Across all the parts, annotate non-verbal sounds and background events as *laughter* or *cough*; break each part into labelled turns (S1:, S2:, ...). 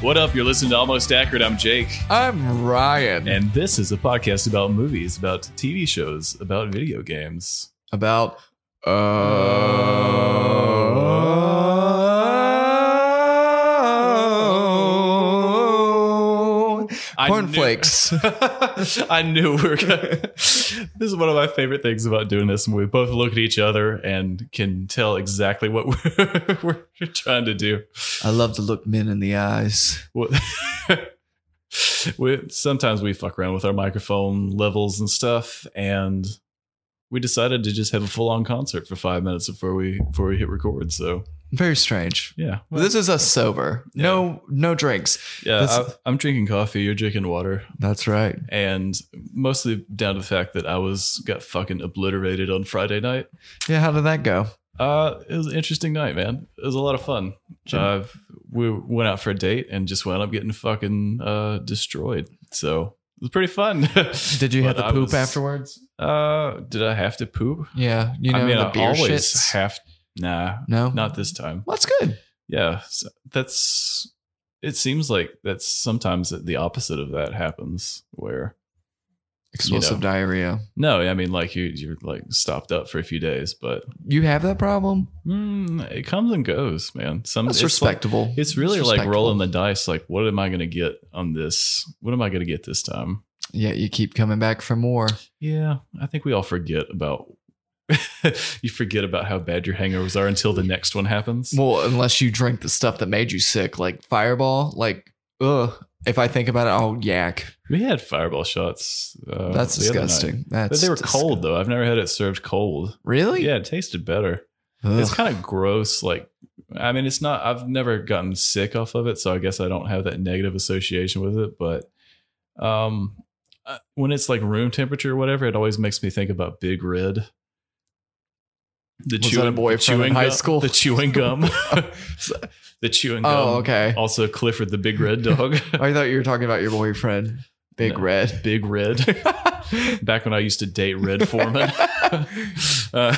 S1: What up? You're listening to Almost Accurate. I'm Jake.
S2: I'm Ryan.
S1: And this is a podcast about movies, about TV shows, about video games.
S2: about oh,
S1: I knew-
S2: cornflakes.
S1: *laughs* *laughs* I knew we were gonna. *laughs* this is one of my favorite things about doing this. And we both look at each other and can tell exactly what *laughs* we're, we're trying to do.
S2: I love to look men in the eyes.
S1: What- *laughs* we, sometimes we fuck around with our microphone levels and stuff. And we decided to just have a full on concert for five minutes before we before we hit record. So,
S2: Very strange.
S1: yeah.
S2: this is us sober. No, no drinks.
S1: Yeah, I,
S2: That's-
S1: I'm drinking coffee. You're drinking water,
S2: That's right.
S1: and mostly down to the fact that I was got fucking obliterated on Friday night.
S2: Yeah. How did that go?
S1: Uh, it was an interesting night, man. It was a lot of fun. Uh, we went out for a date and just wound up getting fucking uh, destroyed. So it was pretty fun. *laughs*
S2: Did you have
S1: But
S2: the
S1: I
S2: poop
S1: was-
S2: afterwards?
S1: Uh, did I have to poop?
S2: Yeah. You know
S1: I mean,
S2: the
S1: I
S2: beer
S1: always
S2: shits.
S1: have. Nah,
S2: no.
S1: not this time.
S2: Well, that's good.
S1: Yeah, so that's. It seems like that's sometimes the opposite of that happens where.
S2: Explosive diarrhea.
S1: No, I mean like you you're like stopped up for a few days, but
S2: You have that problem?
S1: mm, it comes and goes, man. Some
S2: That's
S1: Mm, it's like-
S2: respectable.
S1: it's really like rolling the dice. Like, what am I going to get on this? What am I going to get this time?
S2: Yeah, you keep coming back for more.
S1: Yeah, I think we all forget about *laughs* you forget about how bad your hangovers are until the next one happens.
S2: Well, unless you drink the stuff that made you sick, like Fireball. Like, ugh. If I think about it, I'll yak.
S1: we had fireball shots. Uh,
S2: That's
S1: the other night.
S2: disgusting. That's
S1: But they were
S2: dis-
S1: cold though. I've never had it served cold.
S2: Really?
S1: Yeah, it tasted better.
S2: Ugh.
S1: It's kind of gross. Like, I mean, it's not, I've never gotten sick off of it. So I guess I don't have that negative association with it. But um, uh, when it's like room temperature or whatever, it always makes me think about Big Red. The
S2: Was that a boyfriend in high
S1: gum,
S2: school?
S1: The chewing
S2: *laughs*
S1: gum. *laughs* the chewing gum.
S2: oh, okay.
S1: Also, Clifford the Big Red
S2: *laughs*
S1: dog.
S2: I thought you were talking about your boyfriend, Big
S1: No.
S2: Red.
S1: *laughs* Big Red.
S2: *laughs*
S1: Back when I used to date Red Foreman. *laughs* uh,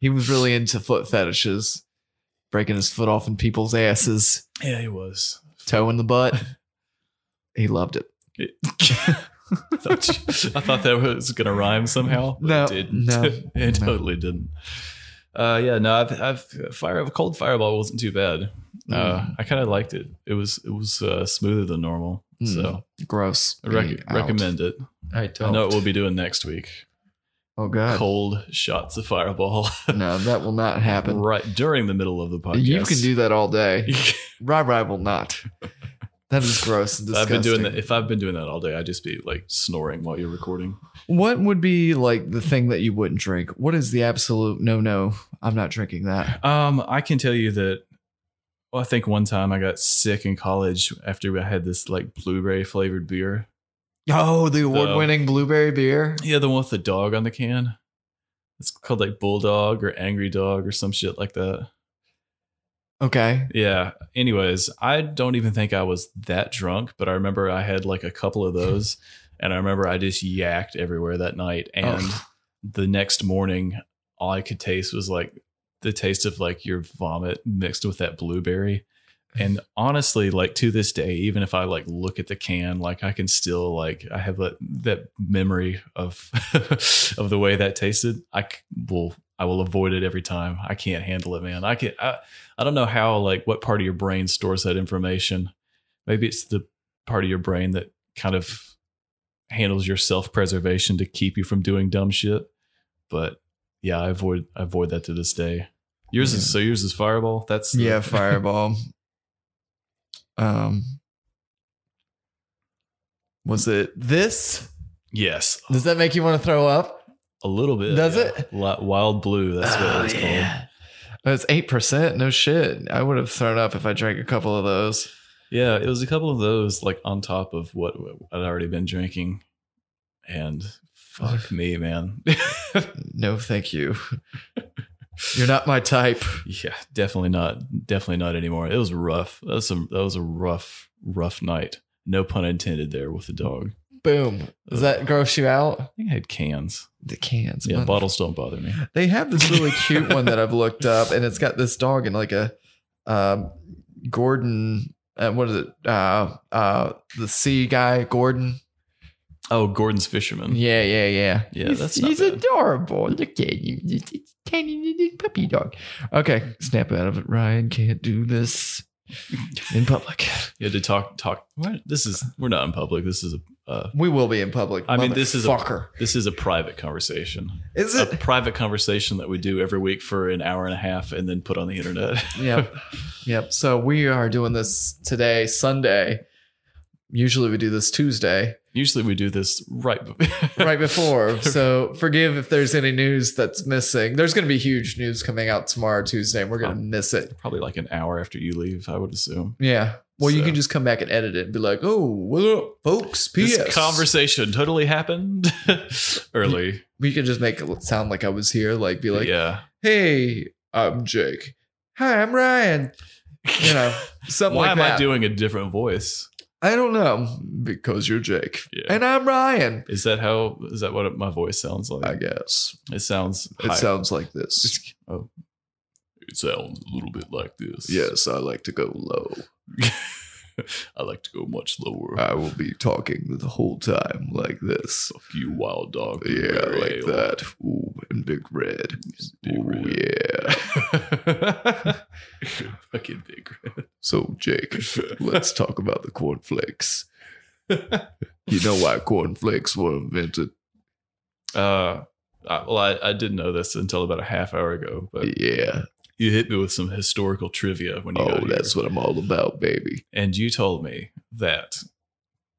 S2: he was really into foot fetishes, breaking his foot off in people's asses,
S1: yeah, he was.
S2: toe in the butt. He loved it.
S1: I thought you- *laughs* I thought that was going to rhyme somehow. but
S2: No,
S1: it didn't.
S2: no,
S1: *laughs* it
S2: no.
S1: totally didn't. Uh, yeah, no, I've, I've fire a cold fireball wasn't too bad.
S2: Hmm.
S1: Uh, I kind of liked it. It was it was uh, smoother than normal,
S2: Mm.
S1: so
S2: Gross.
S1: I rec-
S2: Me out.
S1: recommend it.
S2: I
S1: I
S2: don't.
S1: know what we'll be doing next week:
S2: Oh god.
S1: cold shots of fireball *laughs*
S2: No, that will not happen.
S1: right during the middle of the podcast.
S2: You can do that all day.
S1: *laughs*
S2: *laughs* Rob Rye will not. *laughs* That is gross and
S1: *laughs* I've
S2: disgusting.
S1: been doing that. If I've been doing that all day, I'd just be like snoring while you're recording.
S2: What would be like the thing that you wouldn't drink? What is the absolute no no? I'm not drinking that.
S1: Um, I can tell you that. Well, I think one time I got sick in college after I had this like blueberry flavored beer.
S2: Oh, the award winning blueberry beer.
S1: Yeah, the one with the dog on the can. It's called like Bulldog or Angry Dog or some shit like that.
S2: Okay.
S1: Yeah. Anyways, I don't even think I was that drunk, but I remember I had like a couple of those, and I remember I just yacked everywhere that night. And
S2: Oh.
S1: the next morning, all I could taste was like the taste of like your vomit mixed with that blueberry. And honestly, like to this day, even if I like look at the can, like I can still like I have that that memory of *laughs* of the way that tasted. I c- will I will avoid it every time. I can't handle it, man. I can I, I don't know how like what part of your brain stores that information. Maybe it's the part of your brain that kind of handles your self preservation to keep you from doing dumb shit. But yeah, I avoid I avoid that to this day. Yours is so yours is fireball. That's the- *laughs*
S2: Yeah, fireball. um, was it this?
S1: yes,
S2: Does that make you want to throw up?
S1: a little bit.
S2: Does
S1: yeah.
S2: it?
S1: Li- Wild blue. That's what
S2: Oh,
S1: it's called.
S2: yeah. That's eight percent. No shit. I would have thrown up if I drank a couple of those.
S1: Yeah, it was a couple of those like on top of what I'd already been drinking, and fuck me, man.
S2: No, thank you. You're not my type.
S1: yeah, definitely not. Definitely not anymore. It was rough. That was some. That was a rough, rough night. No pun intended there with the dog.
S2: Boom. Does that gross you out?
S1: I think I had cans.
S2: The cans.
S1: yeah,
S2: mother-
S1: bottles don't bother me.
S2: They have this
S1: *laughs*
S2: really cute one that I've looked up, and it's got this dog and like a um, Gordon. Uh, what is it? Uh, uh, the sea guy, Gordon.
S1: Oh, Gordon's Fisherman.
S2: Yeah, yeah, yeah.
S1: Yeah,
S2: he's,
S1: that's not
S2: he's
S1: bad.
S2: adorable. Look at him. It's a tiny little puppy dog. Okay, snap out of it, Ryan. Can't do this
S1: *laughs*
S2: in public.
S1: You had to talk, talk. What? This is, we're not in public. This is a, uh,
S2: We will be in public.
S1: I mean, this is a-
S2: fucker.
S1: this is a private conversation.
S2: Is *laughs*
S1: A
S2: it?
S1: private conversation that we do every week for an hour and a half and then put on the internet. *laughs*
S2: yep. Yep. So we are doing this today, Sunday. Usually we do this Tuesday,
S1: Usually we do this right. be- *laughs*
S2: right before. so forgive if there's any news that's missing. There's going to be huge news coming out tomorrow, Tuesday, and we're going to miss it.
S1: Probably like an hour after you leave, I would assume.
S2: Yeah. Well, you
S1: So-
S2: can just come back and edit it and be like, oh, what up, folks? P.S.
S1: This conversation totally happened *laughs* early.
S2: we could just make it look- sound like I was here, like be like,
S1: yeah.
S2: hey, I'm Jake. Hi, I'm Ryan. You *laughs* know, something
S1: Why
S2: like
S1: am
S2: that.
S1: I doing a different voice?
S2: I don't know. Because you're Jake.
S1: Yeah.
S2: And I'm Ryan.
S1: Is that how? Is that what my voice sounds like?
S2: I guess.
S1: it sounds.
S2: It
S1: high-
S2: sounds like this.
S1: Oh. It sounds a little bit like this.
S2: Yes, I like to go low.
S1: *laughs* I like to go much lower.
S2: I will be talking the whole time like this.
S1: Fuck you, wild dog.
S2: Yeah,
S1: Rare
S2: like
S1: ale.
S2: that. Ooh, and big red.
S1: *laughs* Big
S2: Ooh,
S1: red.
S2: yeah.
S1: *laughs* Fucking big red.
S2: So,
S1: *laughs*
S2: Jake, let's talk about the cornflakes. You know why cornflakes were invented?
S1: Uh, I, well, I, I didn't know this until about a half hour ago, but
S2: Yeah.
S1: you hit me with some historical trivia when you
S2: Oh,
S1: got here.
S2: that's what I'm all about, baby.
S1: and you told me that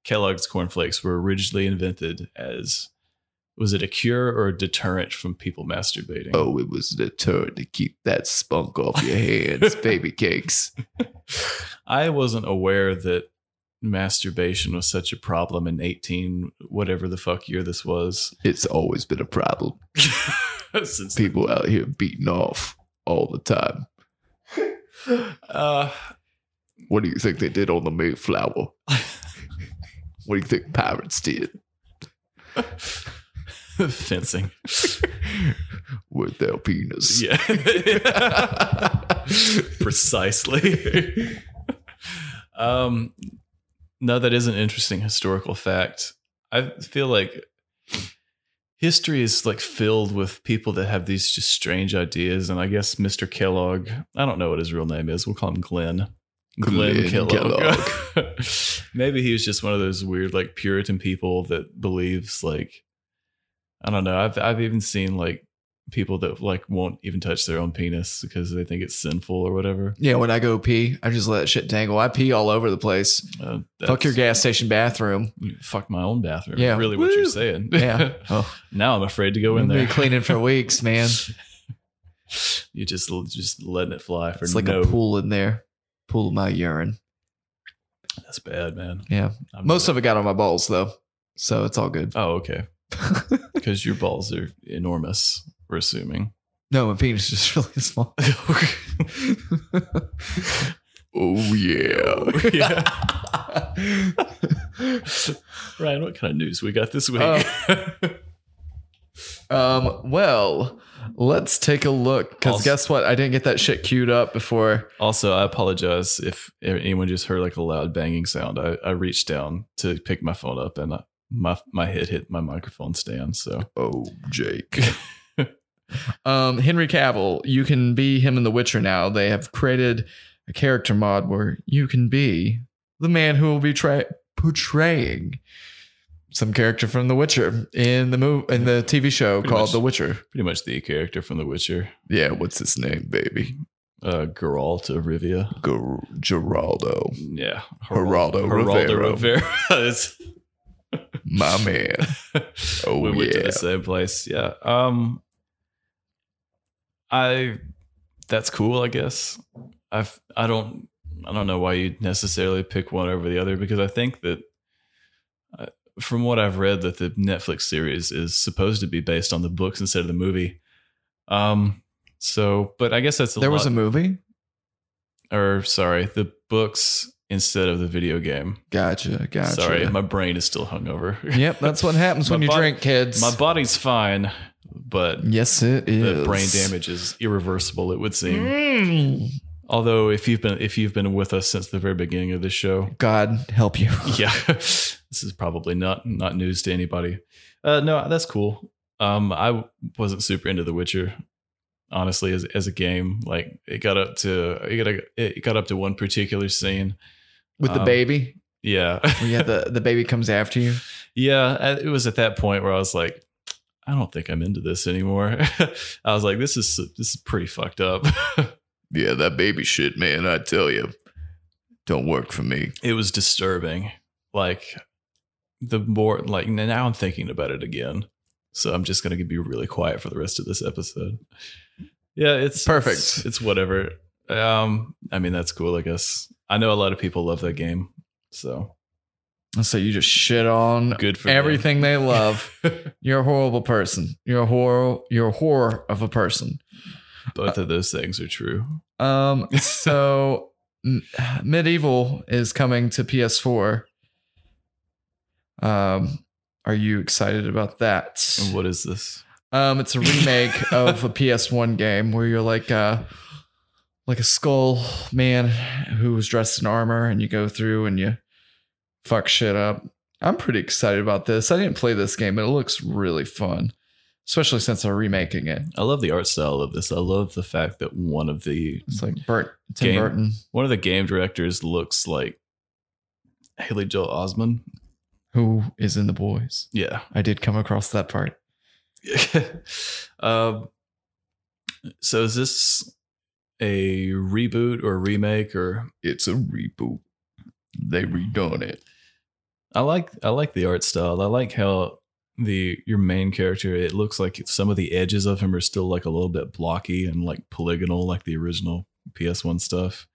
S1: Kellogg's cornflakes were originally invented as was it a cure or a deterrent from people masturbating?
S2: Oh, it was a deterrent to keep that spunk off your
S1: *laughs*
S2: hands, baby cakes.
S1: I wasn't aware that masturbation was such a problem in 18 whatever the fuck year this was *laughs*
S2: It's always been a problem.
S1: since
S2: People out here beating off all the time.
S1: uh *laughs*
S2: What do you think they did on the Mayflower? What do you think pirates did?
S1: fencing
S2: with their penis.
S1: yeah *laughs* precisely um no that is an interesting historical fact i feel like history is like filled with people that have these just strange ideas and i guess mr kellogg i don't know what his real name is we'll call him glenn Glenn
S2: Glenn
S1: Kellogg. *laughs* Maybe he was just one of those weird, like Puritan people that believes, like, I don't know. I've I've even seen like people that like won't even touch their own penis because they think it's sinful or whatever.
S2: Yeah, when I go pee, I just let that shit dangle. I pee all over the place.
S1: Uh,
S2: Fuck your
S1: that's-
S2: gas
S1: *laughs*
S2: station bathroom.
S1: Fuck my own bathroom.
S2: Yeah.
S1: really, what you're
S2: Woo.
S1: saying.
S2: Yeah.
S1: *laughs* now I'm afraid to go in
S2: I've
S1: there.
S2: been cleaning for
S1: *laughs*
S2: weeks, man.
S1: you just just letting it fly for
S2: It's like
S1: no.
S2: a pool in there. Pool of my urine.
S1: That's bad, man.
S2: Yeah.
S1: I'm
S2: Most of it got on my balls though. So it's all good.
S1: Oh,
S2: *laughs*
S1: okay. Because your balls are enormous. We're assuming.
S2: No, my penis is *laughs* just really small.
S1: *laughs*
S2: oh yeah.
S1: yeah.
S2: *laughs*
S1: Ryan, what kind of news we got this week?
S2: Oh.
S1: *laughs*
S2: Um, well, let's take a look. Because
S1: Also-
S2: guess what? I didn't get that shit queued up before.
S1: also, I apologize if anyone just heard like a loud banging sound. I, I reached down to pick my phone up and I, my my head hit my microphone stand. So
S2: Oh,
S1: *laughs*
S2: Jake. um, Henry Cavill, you can be him in The Witcher now. They have created a character mod where you can be the man who will be tra- portraying some character from The Witcher in the move in the TV show
S1: Pretty
S2: called
S1: much.
S2: The Witcher.
S1: Pretty much the character from The Witcher,
S2: Yeah, what's his name, baby?
S1: uh, Geralt of Rivia.
S2: Ger- Geraldo,
S1: Yeah,
S2: Geraldo Rivera.
S1: Rivera. *laughs* It's-
S2: my man.
S1: *laughs*
S2: Oh,
S1: we went to
S2: yeah.
S1: the same place. Yeah. Um, I. That's cool. I guess. I've. I don't. I don't know why you'd necessarily pick one over the other because I think that, uh, from what I've read, that the Netflix series is supposed to be based on the books instead of the movie. Um. So, but I guess that's a
S2: There was a
S1: lot-
S2: movie.
S1: or sorry, the books instead of the video game.
S2: Gotcha, gotcha.
S1: Sorry, my brain is still hungover.
S2: yep, that's what *laughs* happens
S1: *laughs*
S2: when
S1: My
S2: you
S1: bod-
S2: drink, kids.
S1: my body's fine, but
S2: yes, it is.
S1: the brain damage is irreversible. It would seem.
S2: Mm.
S1: Although, if you've been if you've been with us since the very beginning of this show, *laughs*
S2: God help you.
S1: yeah, this is probably not not news to anybody. Uh, no, that's cool. Um, I wasn't super into The Witcher, honestly, as as a game. Like it got up to it got it got up to one particular scene.
S2: *laughs* With the
S1: Um,
S2: baby,
S1: Yeah,
S2: *laughs*
S1: *laughs*
S2: yeah, the the baby comes after you.
S1: Yeah, I- it was at that point where I was like, I don't think I'm into this anymore. *laughs* I was like, this is this is pretty fucked up. *laughs*
S2: Yeah, that baby shit, man. I tell you, don't work for me.
S1: it was disturbing. Like the more like n- now I'm thinking about it again. So I'm just gonna be really quiet for the rest of this episode. Yeah, it's
S2: Perfect.
S1: It's, it's whatever. Um, I mean that's cool, I guess. I know a lot of people love that game, so
S2: So you just shit on
S1: good for them.
S2: everything they love. *laughs* You're a horrible person. You're a horror. You're a horror of a person. uh,
S1: Both of those things are true. *laughs*
S2: Um. So M- *sighs* medieval is coming to PS4. Um. Are you excited about that?
S1: And what is this?
S2: Um, it's
S1: *laughs*
S2: a remake of a PS1 game where you're like uh like a skull man who was dressed in armor and you go through and you fuck shit up. I'm pretty excited about this. I didn't play this game, but it looks really fun. Especially since they're remaking it.
S1: I love the art style of this. I love the fact that one of the
S2: It's like Bert Tim
S1: Game.
S2: Burton.
S1: one of the game directors looks like Haley Joel Osment.
S2: Who is in the boys?
S1: Yeah.
S2: I did come across that part.
S1: *laughs* um, so is this a reboot or remake or
S2: It's a reboot. They redone it.
S1: I like I like the art style. I like how the your main character it looks like some of the edges of him are still like a little bit blocky and like polygonal like the original PS1 stuff.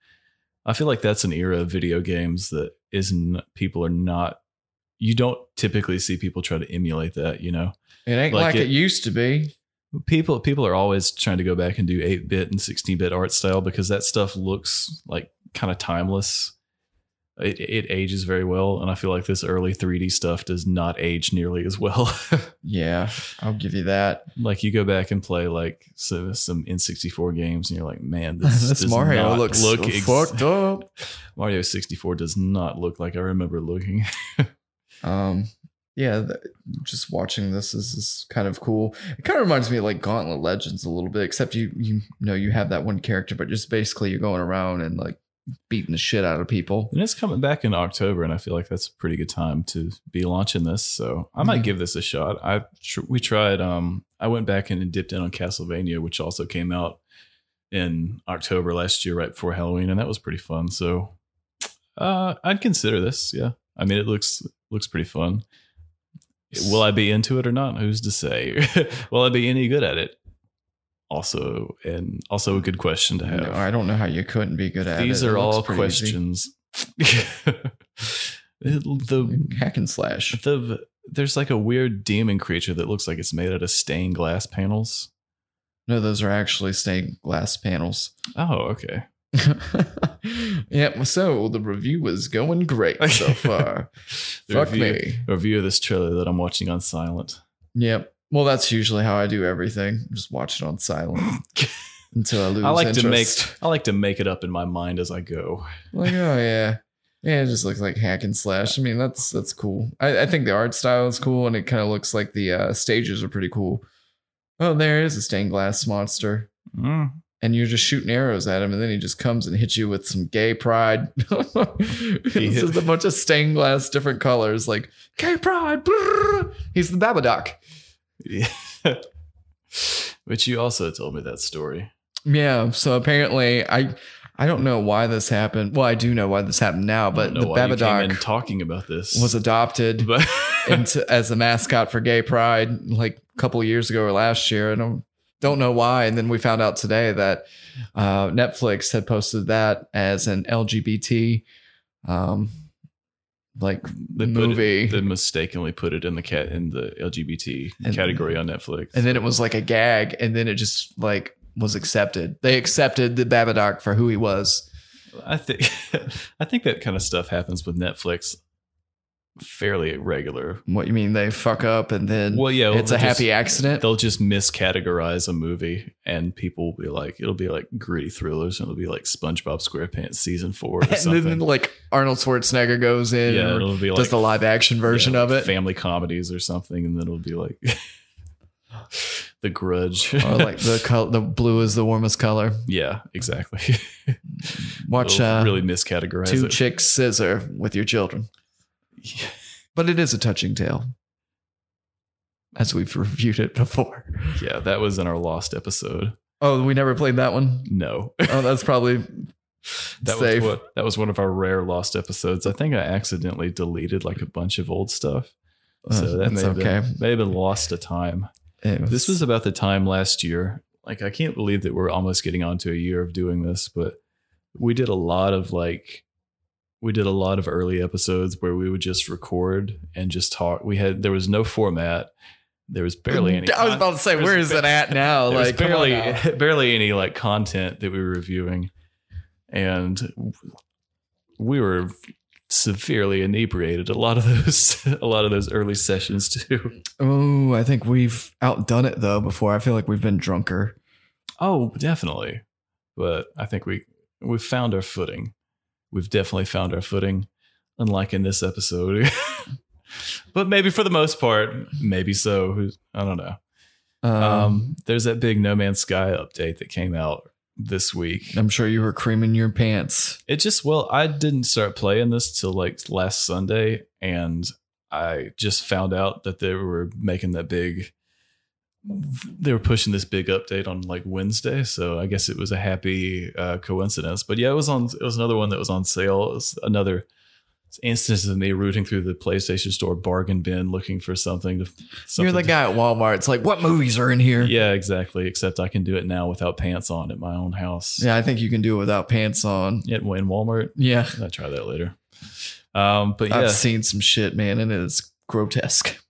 S1: I feel like that's an era of video games that isn't people are not you don't typically see people try to emulate that, you know.
S2: It ain't
S1: Like
S2: like,
S1: it-
S2: it used to be.
S1: People people are always trying to go back and do 8-bit and 16-bit art style because that stuff looks like kind of timeless. It it ages very well and I feel like this early 3D stuff does not age nearly as well. *laughs*
S2: Yeah, I'll give you that.
S1: like you go back and play like some some N64 games and you're like, "Man, this,
S2: *laughs* *laughs* This
S1: does
S2: Mario
S1: not
S2: looks
S1: look
S2: so
S1: ex-
S2: fucked up.
S1: Mario 64 does not look like I remember looking.
S2: Um, yeah, th- just watching this is, is kind of cool. It kind of reminds me of like Gauntlet Legends a little bit, except you you know you have that one character, but just basically you're going around and like beating the shit out of people.
S1: and it's coming back in October and I feel like that's a pretty good time to be launching this, so I might
S2: Mhm.
S1: give this a shot. I tr- we tried um I went back in and dipped in on Castlevania, which also came out in October last year right before Halloween and that was pretty fun. So uh I'd consider this, yeah. I mean, it looks looks pretty fun. Will I be into it or not? Who's to say? *laughs* Will I be any good at it? Also, and also a good question to
S2: You
S1: have.
S2: know, I don't know how you couldn't be good at it.
S1: These
S2: It
S1: are
S2: looks
S1: all
S2: pretty easy.
S1: questions. *laughs* the
S2: Hack and slash.
S1: the there's like a weird demon creature that looks like it's made out of stained glass panels.
S2: No, those are actually stained glass panels.
S1: Oh, okay.
S2: *laughs* yep. So the review is going great
S1: *laughs*
S2: so far.
S1: The
S2: Fuck
S1: review,
S2: me.
S1: A review of this trailer that I'm watching on silent.
S2: Yep. Well, that's usually how I do everything. Just watch it
S1: *laughs*
S2: on silent until I lose.
S1: I like to make
S2: interest.
S1: I like to make it up in my mind as I go.
S2: like oh yeah yeah it just looks like hack and slash i mean that's that's cool i, I think the art style is cool and it kind of looks like the uh, stages are pretty cool oh there is a stained glass monster
S1: Mm,
S2: and you're just shooting arrows at him, and then he just comes and hits you with some gay pride. *laughs* it's
S1: hit-
S2: just a bunch of stained glass, different colors, like gay pride. brrr. He's the Babadook.
S1: But you also told me that story.
S2: Yeah. So apparently, I I don't know why this happened. Well, I do know why this happened now,
S1: I
S2: but
S1: don't know
S2: the
S1: why you came in
S2: Babadook
S1: talking about this
S2: was adopted
S1: *laughs* but
S2: into, as a mascot for Gay Pride like a couple years ago or last year. I don't don't know why. And then we found out today that uh, Netflix had posted that as an LGBT um, like
S1: they put it-
S2: movie.
S1: they mistakenly put it in the cat in the LGBT
S2: And-
S1: category on Netflix.
S2: and then it was like a gag, and then it just like was accepted. They accepted the Babadook for who he was.
S1: I think *laughs* I think that kind of stuff happens with Netflix fairly regular.
S2: What you mean they fuck up and then
S1: Well, yeah,
S2: it's a
S1: they'll just-
S2: happy accident.
S1: They'll just miscategorize a movie, and people will be like, it'll be like gritty thrillers, and it'll be like SpongeBob SquarePants season four or
S2: *laughs* *laughs* And
S1: something.
S2: then like Arnold Schwarzenegger goes in
S1: yeah,
S2: and
S1: it'll be like
S2: does the live action version
S1: yeah,
S2: of it.
S1: family comedies or something, and then it'll be like *laughs* The Grudge.
S2: or Oh, like the color, the blue is the warmest color.
S1: *laughs* yeah, exactly.
S2: Watch
S1: They'll
S2: uh,
S1: really miscategorize
S2: two
S1: it.
S2: chicks scissor with
S1: *laughs*
S2: your children.
S1: Yeah.
S2: But it is a touching tale, as we've reviewed it before.
S1: yeah, that was in our lost episode.
S2: Oh, we never played that one.
S1: No,
S2: Oh, that's probably
S1: *laughs* That
S2: safe.
S1: was what that was one of our rare lost episodes. I think I accidentally deleted like a bunch of old stuff.
S2: Uh,
S1: So that may
S2: that's
S1: have,
S2: okay.
S1: been, may have been lost to time.
S2: It
S1: This was about the time last year. Like I can't believe that we're almost getting on to a year of doing this, but we did a lot of like we did a lot of early episodes where we would just record and just talk. We had there was no format. There was barely any
S2: *laughs* I was
S1: con-
S2: about to say,
S1: there's
S2: where is
S1: ba-
S2: it at now?
S1: there was
S2: Like come on
S1: barely
S2: now.
S1: *laughs* barely any like content that we were reviewing, and we were severely inebriated a lot of those *laughs* a lot of those early sessions too.
S2: Oh, I think we've outdone it though. Before I feel like we've been drunker.
S1: Oh, *laughs* definitely. But I think we we've found our footing. We've definitely found our footing, unlike in this episode. *laughs* but maybe for the most part, maybe so. Who's- I don't know.
S2: Um,
S1: Um, there's that big No Man's Sky update that came out this week.
S2: I'm sure you were creaming your pants.
S1: It just well, I didn't start playing this till like last Sunday, and I just found out that they were making that big. They were pushing this big update on like Wednesday, so I guess it was a happy uh, coincidence. But yeah, it was on. It was another one that was on sale. It was another instance of me rooting through the PlayStation Store bargain bin looking for something. To, something
S2: You're the
S1: to-
S2: guy at Walmart. It's like, what movies are in here?
S1: Yeah, exactly. Except I can do it now without pants on at my own house.
S2: Yeah, I think you can do it without pants on.
S1: at in Walmart.
S2: Yeah.
S1: I try that later. Um, but yeah,
S2: I've seen some shit, man, and it's grotesque.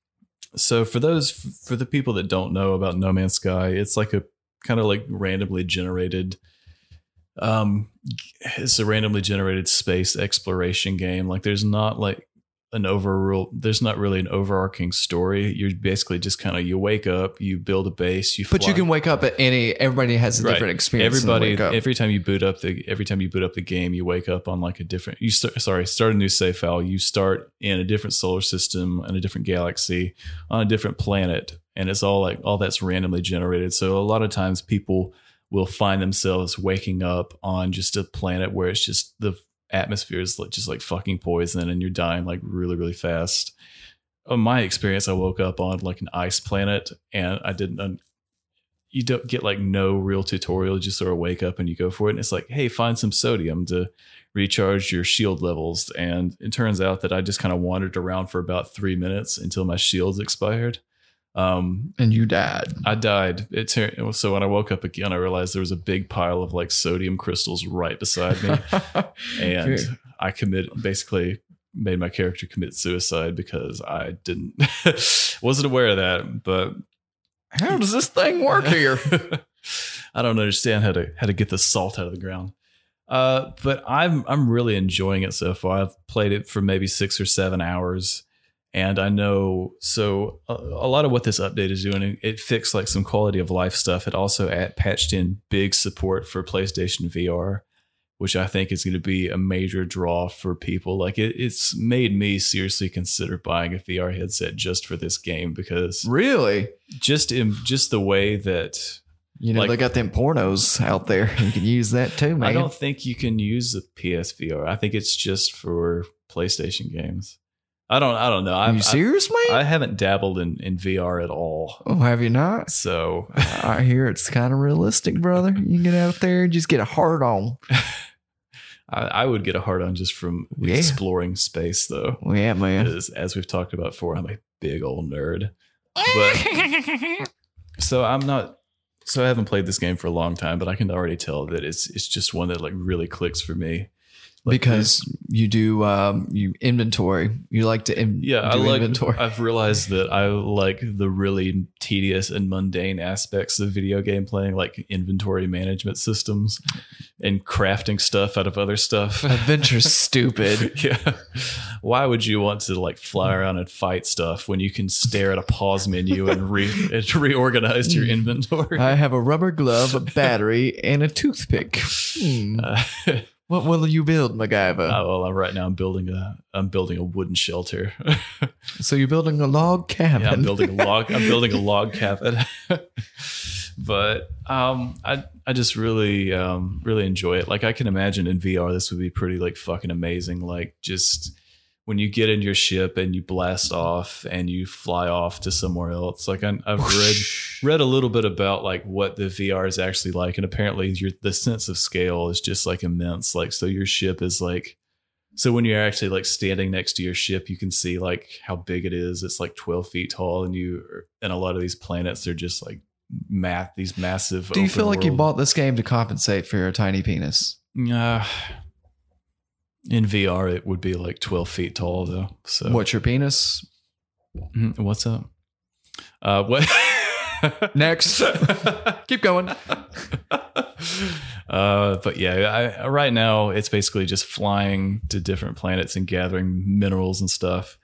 S1: so for those for the people that don't know about No Man's Sky, it's like a kind of like randomly generated. Um, it's a randomly generated space exploration game. Like, there's not like an overall. There's not really an overarching story. You're basically just kind of you wake up, you build a base, you.
S2: *laughs* But you
S1: fly-
S2: can wake up at any. Everybody has a
S1: Right.
S2: different experience. when
S1: Everybody,
S2: they wake up.
S1: every time you boot up the every time you boot up the game, you wake up on like a different. You start, sorry, start a new save file. You start in a different solar system and a different galaxy on a different planet, and it's all like all that's randomly generated. So a lot of times people will find themselves waking up on just a planet where it's just the atmosphere is like just like fucking poison, and you're dying like really really fast. On my experience, I woke up on like an ice planet, and I didn't un- you don't get like no real tutorial, just sort of wake up and you go for it. And it's like, hey, find some sodium to recharge your shield levels. And it turns out that I just kind of wandered around for about three minutes until my shields expired. Um,
S2: and
S1: *laughs*
S2: you died.
S1: I died. It tur- so when I woke up again, I realized there was a big pile of like sodium crystals right beside
S2: *laughs*
S1: me, and
S2: Dude,
S1: I commit basically made my character commit suicide because I didn't *laughs* wasn't aware of that. But
S2: how does this
S1: *laughs*
S2: thing work here?
S1: I don't understand how to how to get the salt out of the ground. Uh, but I'm I'm really enjoying it so far. I've played it for maybe six or seven hours, and I know so a, a lot of what this update is doing. It fixed like some quality of life stuff. It also at, patched in big support for PlayStation VR, which I think is going to be a major draw for people. Like it, it's made me seriously consider buying a VR headset just for this game because
S2: really?
S1: just in just the way that
S2: You know,
S1: Like-
S2: they got them pornos out there. You can use that too, man.
S1: I don't think you can use the PSVR. I think it's just for PlayStation games. I don't. I don't know.
S2: Are
S1: I'm,
S2: you serious,
S1: I,
S2: man?
S1: I haven't dabbled in in VR at all.
S2: oh, have you not?
S1: So
S2: I hear it's kind of realistic, brother. You can get out there and just get a hard on.
S1: I, I would get a hard on just from
S2: Yeah.
S1: exploring space, though.
S2: Well, yeah, man.
S1: Because as we've talked about before, I'm a big old nerd. But
S2: *laughs*
S1: so I'm not. So I haven't played this game for a long time, but I can already tell that it's it's just one that like really clicks for me. Like,
S2: Because you do um, you inventory. You like to in-
S1: Yeah, I
S2: do
S1: like.
S2: inventory.
S1: I've realized that I like the really tedious and mundane aspects of video game playing, like inventory management systems and crafting stuff out of other *laughs*
S2: *laughs*
S1: stuff.
S2: Adventure's stupid. *laughs*
S1: yeah, why would you want to like fly around and fight stuff when you can stare at a pause menu and re *laughs* and reorganize your inventory?
S2: Hmm. I have a rubber
S1: *laughs*
S2: glove, a battery, and a toothpick. Hmm.
S1: Uh, *laughs*
S2: What will you build, MacGyver?
S1: oh, well, I'm- right now I'm building a I'm building a wooden shelter. *laughs*
S2: so you're building a log cabin.
S1: Yeah, I'm building a log. I'm building a log cabin. *laughs* but um, I I just really um, really enjoy it. Like I can imagine in VR, this would be pretty like fucking amazing. Like just when you get in your ship and you blast off and you fly off to somewhere else. Like I, I've read read a little bit about like what the VR is actually like, and apparently your the sense of scale is just like immense. Like so, your ship is like so when you're actually like standing next to your ship, you can see like how big it is. It's like 12 feet tall, and you and a lot of these planets are just like math these massive.
S2: Do you
S1: open
S2: feel like you
S1: world-
S2: bought this game to compensate for your tiny penis?
S1: Uh, *sighs* in VR, it would be like 12 feet tall though. So
S2: What's your penis?
S1: Mm, *laughs* What's up? Uh, what? *laughs*
S2: Next. Keep going.
S1: *laughs* uh, but yeah, I, right now it's basically just flying to different planets and gathering minerals and stuff.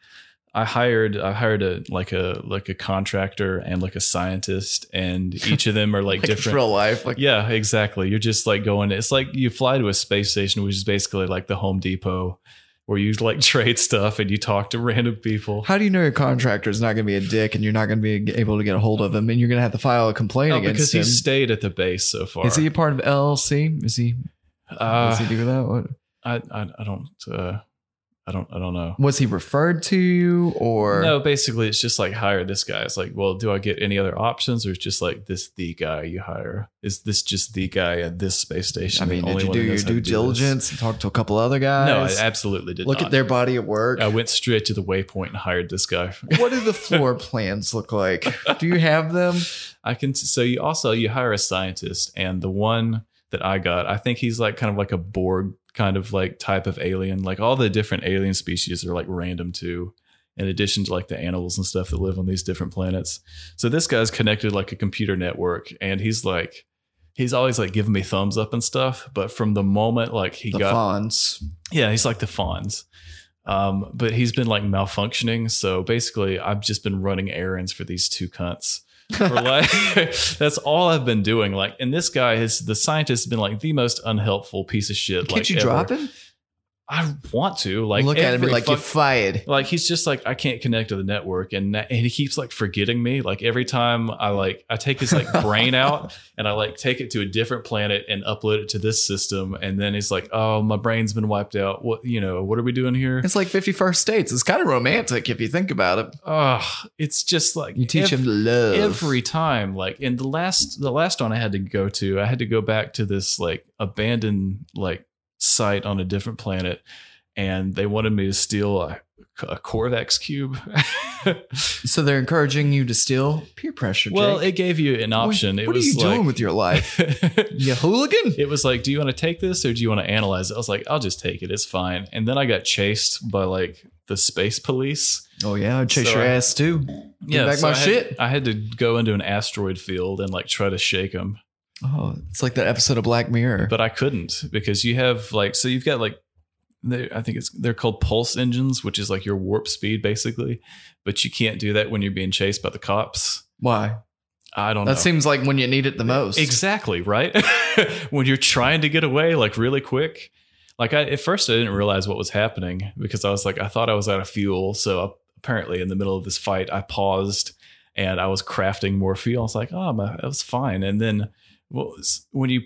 S1: I hired I hired a like a like a contractor and like a scientist, and each of them are like,
S2: *laughs* Like it's
S1: different.
S2: real life. Like
S1: yeah, exactly. You're just like going. It's like you fly to a space station, which is basically like the Home Depot, where you like *laughs* trade stuff and you talk to random people.
S2: How do you know your contractor is not going to be a dick and you're not going to be able to get a hold of him and you're going to have to file a complaint
S1: No, Oh, Uh, because
S2: against
S1: he
S2: him?
S1: stayed at the base so far.
S2: Is he a part of LLC? Is he?
S1: Uh,
S2: does he do that? What,
S1: I, I I don't uh, I don't I don't know.
S2: was he referred to or?
S1: no, basically it's just like hire this guy. It's like, well, do I get any other options, or is just like this the guy you hire? Is this just the guy at this space station?
S2: I
S1: the
S2: mean, did
S1: only
S2: you
S1: one
S2: do
S1: who
S2: your
S1: knows how
S2: due
S1: to do
S2: diligence and talk to a couple other
S1: this?
S2: guys?
S1: No, I absolutely did.
S2: Look
S1: not.
S2: at their body of work.
S1: I went straight to the waypoint and hired this guy.
S2: what
S1: *laughs*
S2: do the floor plans look like? Do you have them?
S1: I can. So you also you hire a scientist, and the one that I got, I think he's like kind of like a Borg kind of like type of alien. Like all the different alien species are like random too. In addition to like the animals and stuff that live on these different planets. So this guy's connected like a computer network, and he's like, he's always like giving me thumbs up and stuff. But from the moment like he
S2: the
S1: got
S2: fonts.
S1: yeah, he's like the Fonz. Um, but he's been like malfunctioning. So basically, I've just been running errands for these two cunts.
S2: *laughs*
S1: For like, *laughs* that's all I've been doing. Like, and this guy has the scientist has been like the most unhelpful piece of shit.
S2: Can't
S1: like,
S2: you
S1: ever.
S2: drop him?
S1: I want to like
S2: Look at him
S1: every
S2: and like you
S1: fuck-
S2: fired.
S1: like he's just like I can't connect to the network, and that- and he keeps like forgetting me. Like every time I like I take his like
S2: *laughs*
S1: brain out and I like take it to a different planet and upload it to this system, and then he's like, "Oh, my brain's been wiped out. What you know? What are we doing here?"
S2: It's like 51st States. It's kind of romantic if you think about it.
S1: Ah, it's just like
S2: You teach
S1: ev-
S2: him to love.
S1: every time. Like in the last the last one I had to go to, I had to go back to this like abandoned like site on a different planet, and they wanted me to steal a, a Corvax cube. *laughs*
S2: So they're encouraging you to steal peer pressure.
S1: Well,
S2: Jake.
S1: it gave you an option.
S2: What,
S1: it
S2: what
S1: was
S2: are you
S1: like,
S2: doing with
S1: *laughs*
S2: your life? you hooligan.
S1: it was like, do you want to take this or do you want to analyze it? I was like, I'll just take it. It's fine. And then I got chased by like the space police.
S2: Oh yeah, I'd chase
S1: So
S2: your
S1: I-
S2: ass too. back my
S1: I had-
S2: shit.
S1: I had to go into an asteroid field and like try to shake them,
S2: Oh, it's like that episode of Black Mirror.
S1: but I couldn't because you have like, so you've got like, they, I think it's they're called pulse engines, which is like your warp speed basically, but you can't do that when you're being chased by the cops.
S2: Why?
S1: I don't know. E-
S2: That seems like when you need it the most.
S1: Exactly, right? *laughs* when you're trying to get away like really quick. Like I at first I didn't realize what was uh, happening because I was like I thought I was out of fuel, so I, apparently in the middle of this fight I paused and I was crafting more fuel. I was like, oh, my, that was fine. And then well, s- when you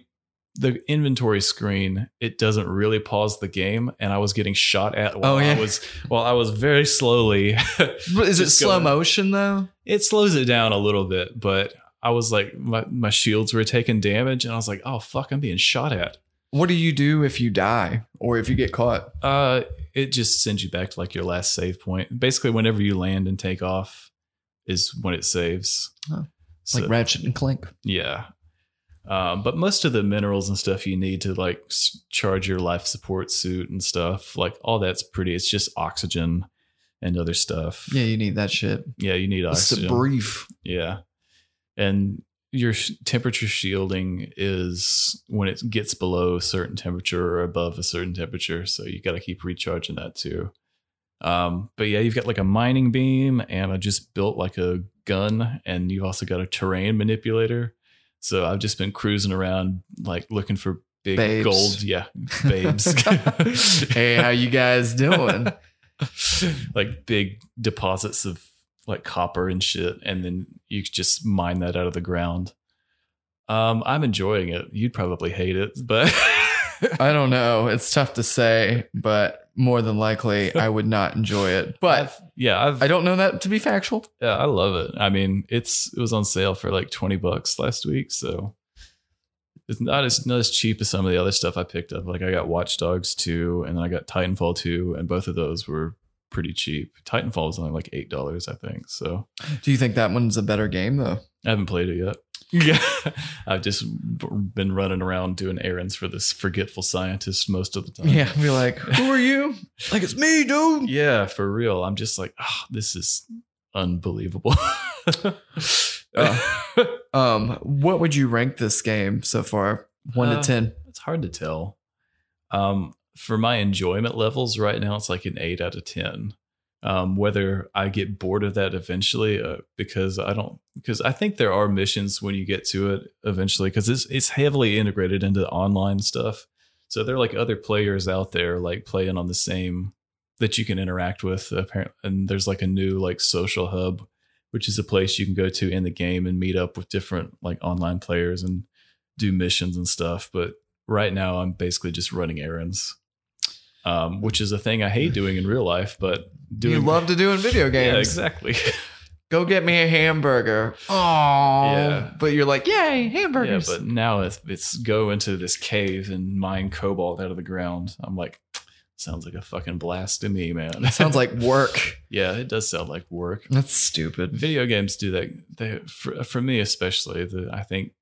S1: the inventory screen, it doesn't really pause the game, and I was getting shot at while
S2: Oh, yeah.
S1: I was while I was very slowly.
S2: But is it
S1: Just
S2: slow
S1: going-
S2: motion though?
S1: it slows it down a little bit, but I was like, my, my shields were taking damage, and I was like, oh fuck, I'm being shot at.
S2: What do you do if you die or if you get caught?
S1: Uh, it just sends you back to like your last save point. Basically, whenever you land and take off, is when it saves.
S2: Oh,
S1: So-
S2: like Ratchet and Clank.
S1: yeah. Um, but most of the minerals and stuff you need to like s- charge your life support suit and stuff, like all that's pretty. It's just oxygen and other stuff.
S2: Yeah, you need that shit.
S1: yeah, you need
S2: It's
S1: oxygen.
S2: the brief.
S1: Yeah. And your sh- temperature shielding is when it gets below a certain temperature or above a certain temperature. So you got to keep recharging that too. Um, but yeah, you've got like a mining beam, and I just built like a gun, and you've also got a terrain manipulator. So I've just been cruising around, like looking for big
S2: Babes.
S1: gold. Yeah, babes.
S2: *laughs*
S1: *laughs*
S2: hey, how you guys *laughs* doing?
S1: like big deposits of like copper and shit, and then you could just mine that out of the ground. Um, I'm enjoying it. You'd probably hate it, but *laughs*
S2: I don't know. It's tough to say, but more than likely, I would not enjoy it. *laughs* But
S1: I've- yeah, I've,
S2: I don't know that to be factual.
S1: yeah, I love it. I mean, it's it was on sale for like twenty bucks last week, so it's not as not as cheap as some of the other stuff I picked up. Like I got Watch Dogs two, and then I got Titanfall two, and both of those were pretty cheap. Titanfall was only like eight dollars, I think. So
S2: Do you think that one's a better game though?
S1: I haven't played it yet. Yeah, *laughs* I've just b- been running around doing errands for this forgetful scientist most of the time.
S2: Yeah, be like, who are you? *laughs* like it's me, dude.
S1: yeah, for real. I'm just like, oh, this is unbelievable. *laughs*
S2: Um, what would you rank this game so far? One
S1: Uh,
S2: to ten.
S1: it's hard to tell. Um, for my enjoyment levels right now, it's like an eight out of ten. Um, whether I get bored of that eventually, uh, because I don't, because I think there are missions when you get to it eventually, because it's it's heavily integrated into online stuff. So there are like other players out there like playing on the same that you can interact with. Apparently, and there's like a new like social hub, which is a place you can go to in the game and meet up with different like online players and do missions and stuff. But right now, I'm basically just running errands, um, which is a thing I hate doing in real life. But doing
S2: you love to do in
S1: *laughs*
S2: video
S1: yeah,
S2: games. *laughs*
S1: exactly.
S2: Go get me a hamburger. Oh,
S1: Yeah.
S2: but you're like, yay,
S1: yeah,
S2: hamburgers.
S1: but now it's, it's go into this cave and mine cobalt out of the ground. I'm like. Sounds like a fucking blast to me, man. *laughs*
S2: Sounds like work.
S1: yeah, it does sound like work.
S2: That's stupid.
S1: video games do that they for, for me especially the, i think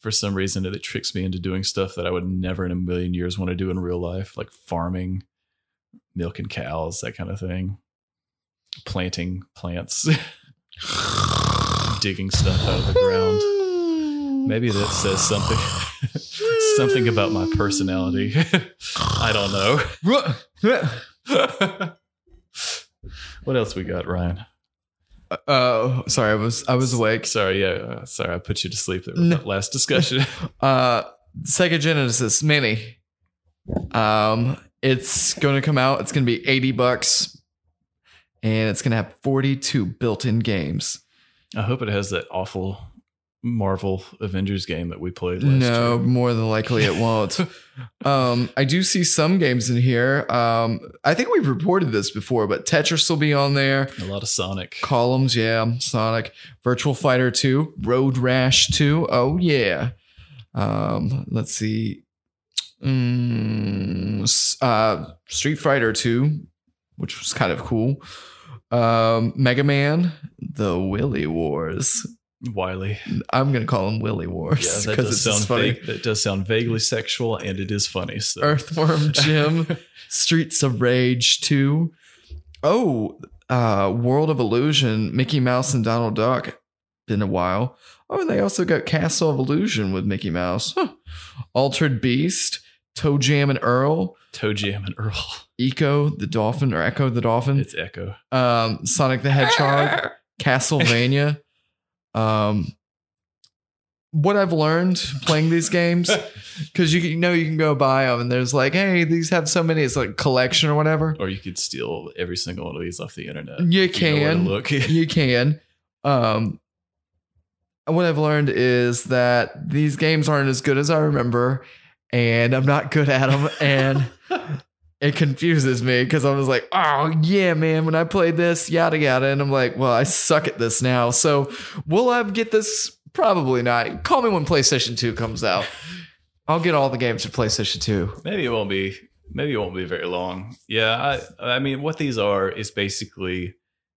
S1: for some reason it, tricks me into doing stuff that i would never in a million years want to do in real life like farming milking cows that kind of thing planting plants digging stuff out of the ground maybe that says something *laughs* something about my personality *laughs* i don't
S2: *laughs*
S1: know what else we got ryan
S2: Oh, sorry. I was I was awake.
S1: Sorry, yeah, uh, sorry, I put you to sleep there with
S2: No.
S1: that last discussion.
S2: Uh, Sega Genesis Mini. Um, it's going to come out. It's going to be eighty bucks, and it's going to have forty-two built-in games.
S1: I hope it has that awful Marvel Avengers game that we played last
S2: No,
S1: year.
S2: more than likely it
S1: *laughs*
S2: won't. um, I do see some games in here. Um, I think we've reported this before, but Tetris will be on there.
S1: A lot of Sonic.
S2: Columns, yeah. Sonic, Virtual Fighter 2, Road Rash 2. Oh, yeah. Um, let's see. Mm, s- uh, Street Fighter 2, which was kind of cool. Um, Mega Man, The Willy Wars. *laughs*
S1: Wily.
S2: I'm going to call them Willy
S1: Yeah,
S2: Wars
S1: that
S2: because
S1: does
S2: it's just
S1: sound
S2: funny.
S1: vague, that does sound vaguely sexual and it is funny. So
S2: Earthworm Jim, Streets of Rage 2. Oh, uh, World of Illusion, Mickey Mouse and Donald Duck. Been a while. Oh, and they also got Castle of Illusion with Mickey Mouse. Huh. Altered Beast, Toe Jam and Earl,
S1: Toe Jam and Earl.
S2: Echo the Dolphin or Echo the Dolphin,
S1: It's Echo.
S2: um, Sonic the Hedgehog, Castlevania. Um, what I've learned playing these games because you, can- you know you can go buy them and there's like hey these have so many it's like collection or whatever
S1: or you could steal every single one of these off the internet.
S2: *laughs* You
S1: If know where to
S2: can.
S1: look. *laughs*
S2: you can Um, and what I've learned is that these games aren't as good as I remember, and I'm not good at them,
S1: *laughs*
S2: and it confuses me because I was like, oh yeah, man, when I played this, yada yada, and I'm like, well, I suck at this now. So will I get this? Probably not. Call me when PlayStation Two comes out. I'll get all the games for PlayStation Two.
S1: Maybe it won't be. Maybe it won't be very long. Yeah, I I mean, what these are is basically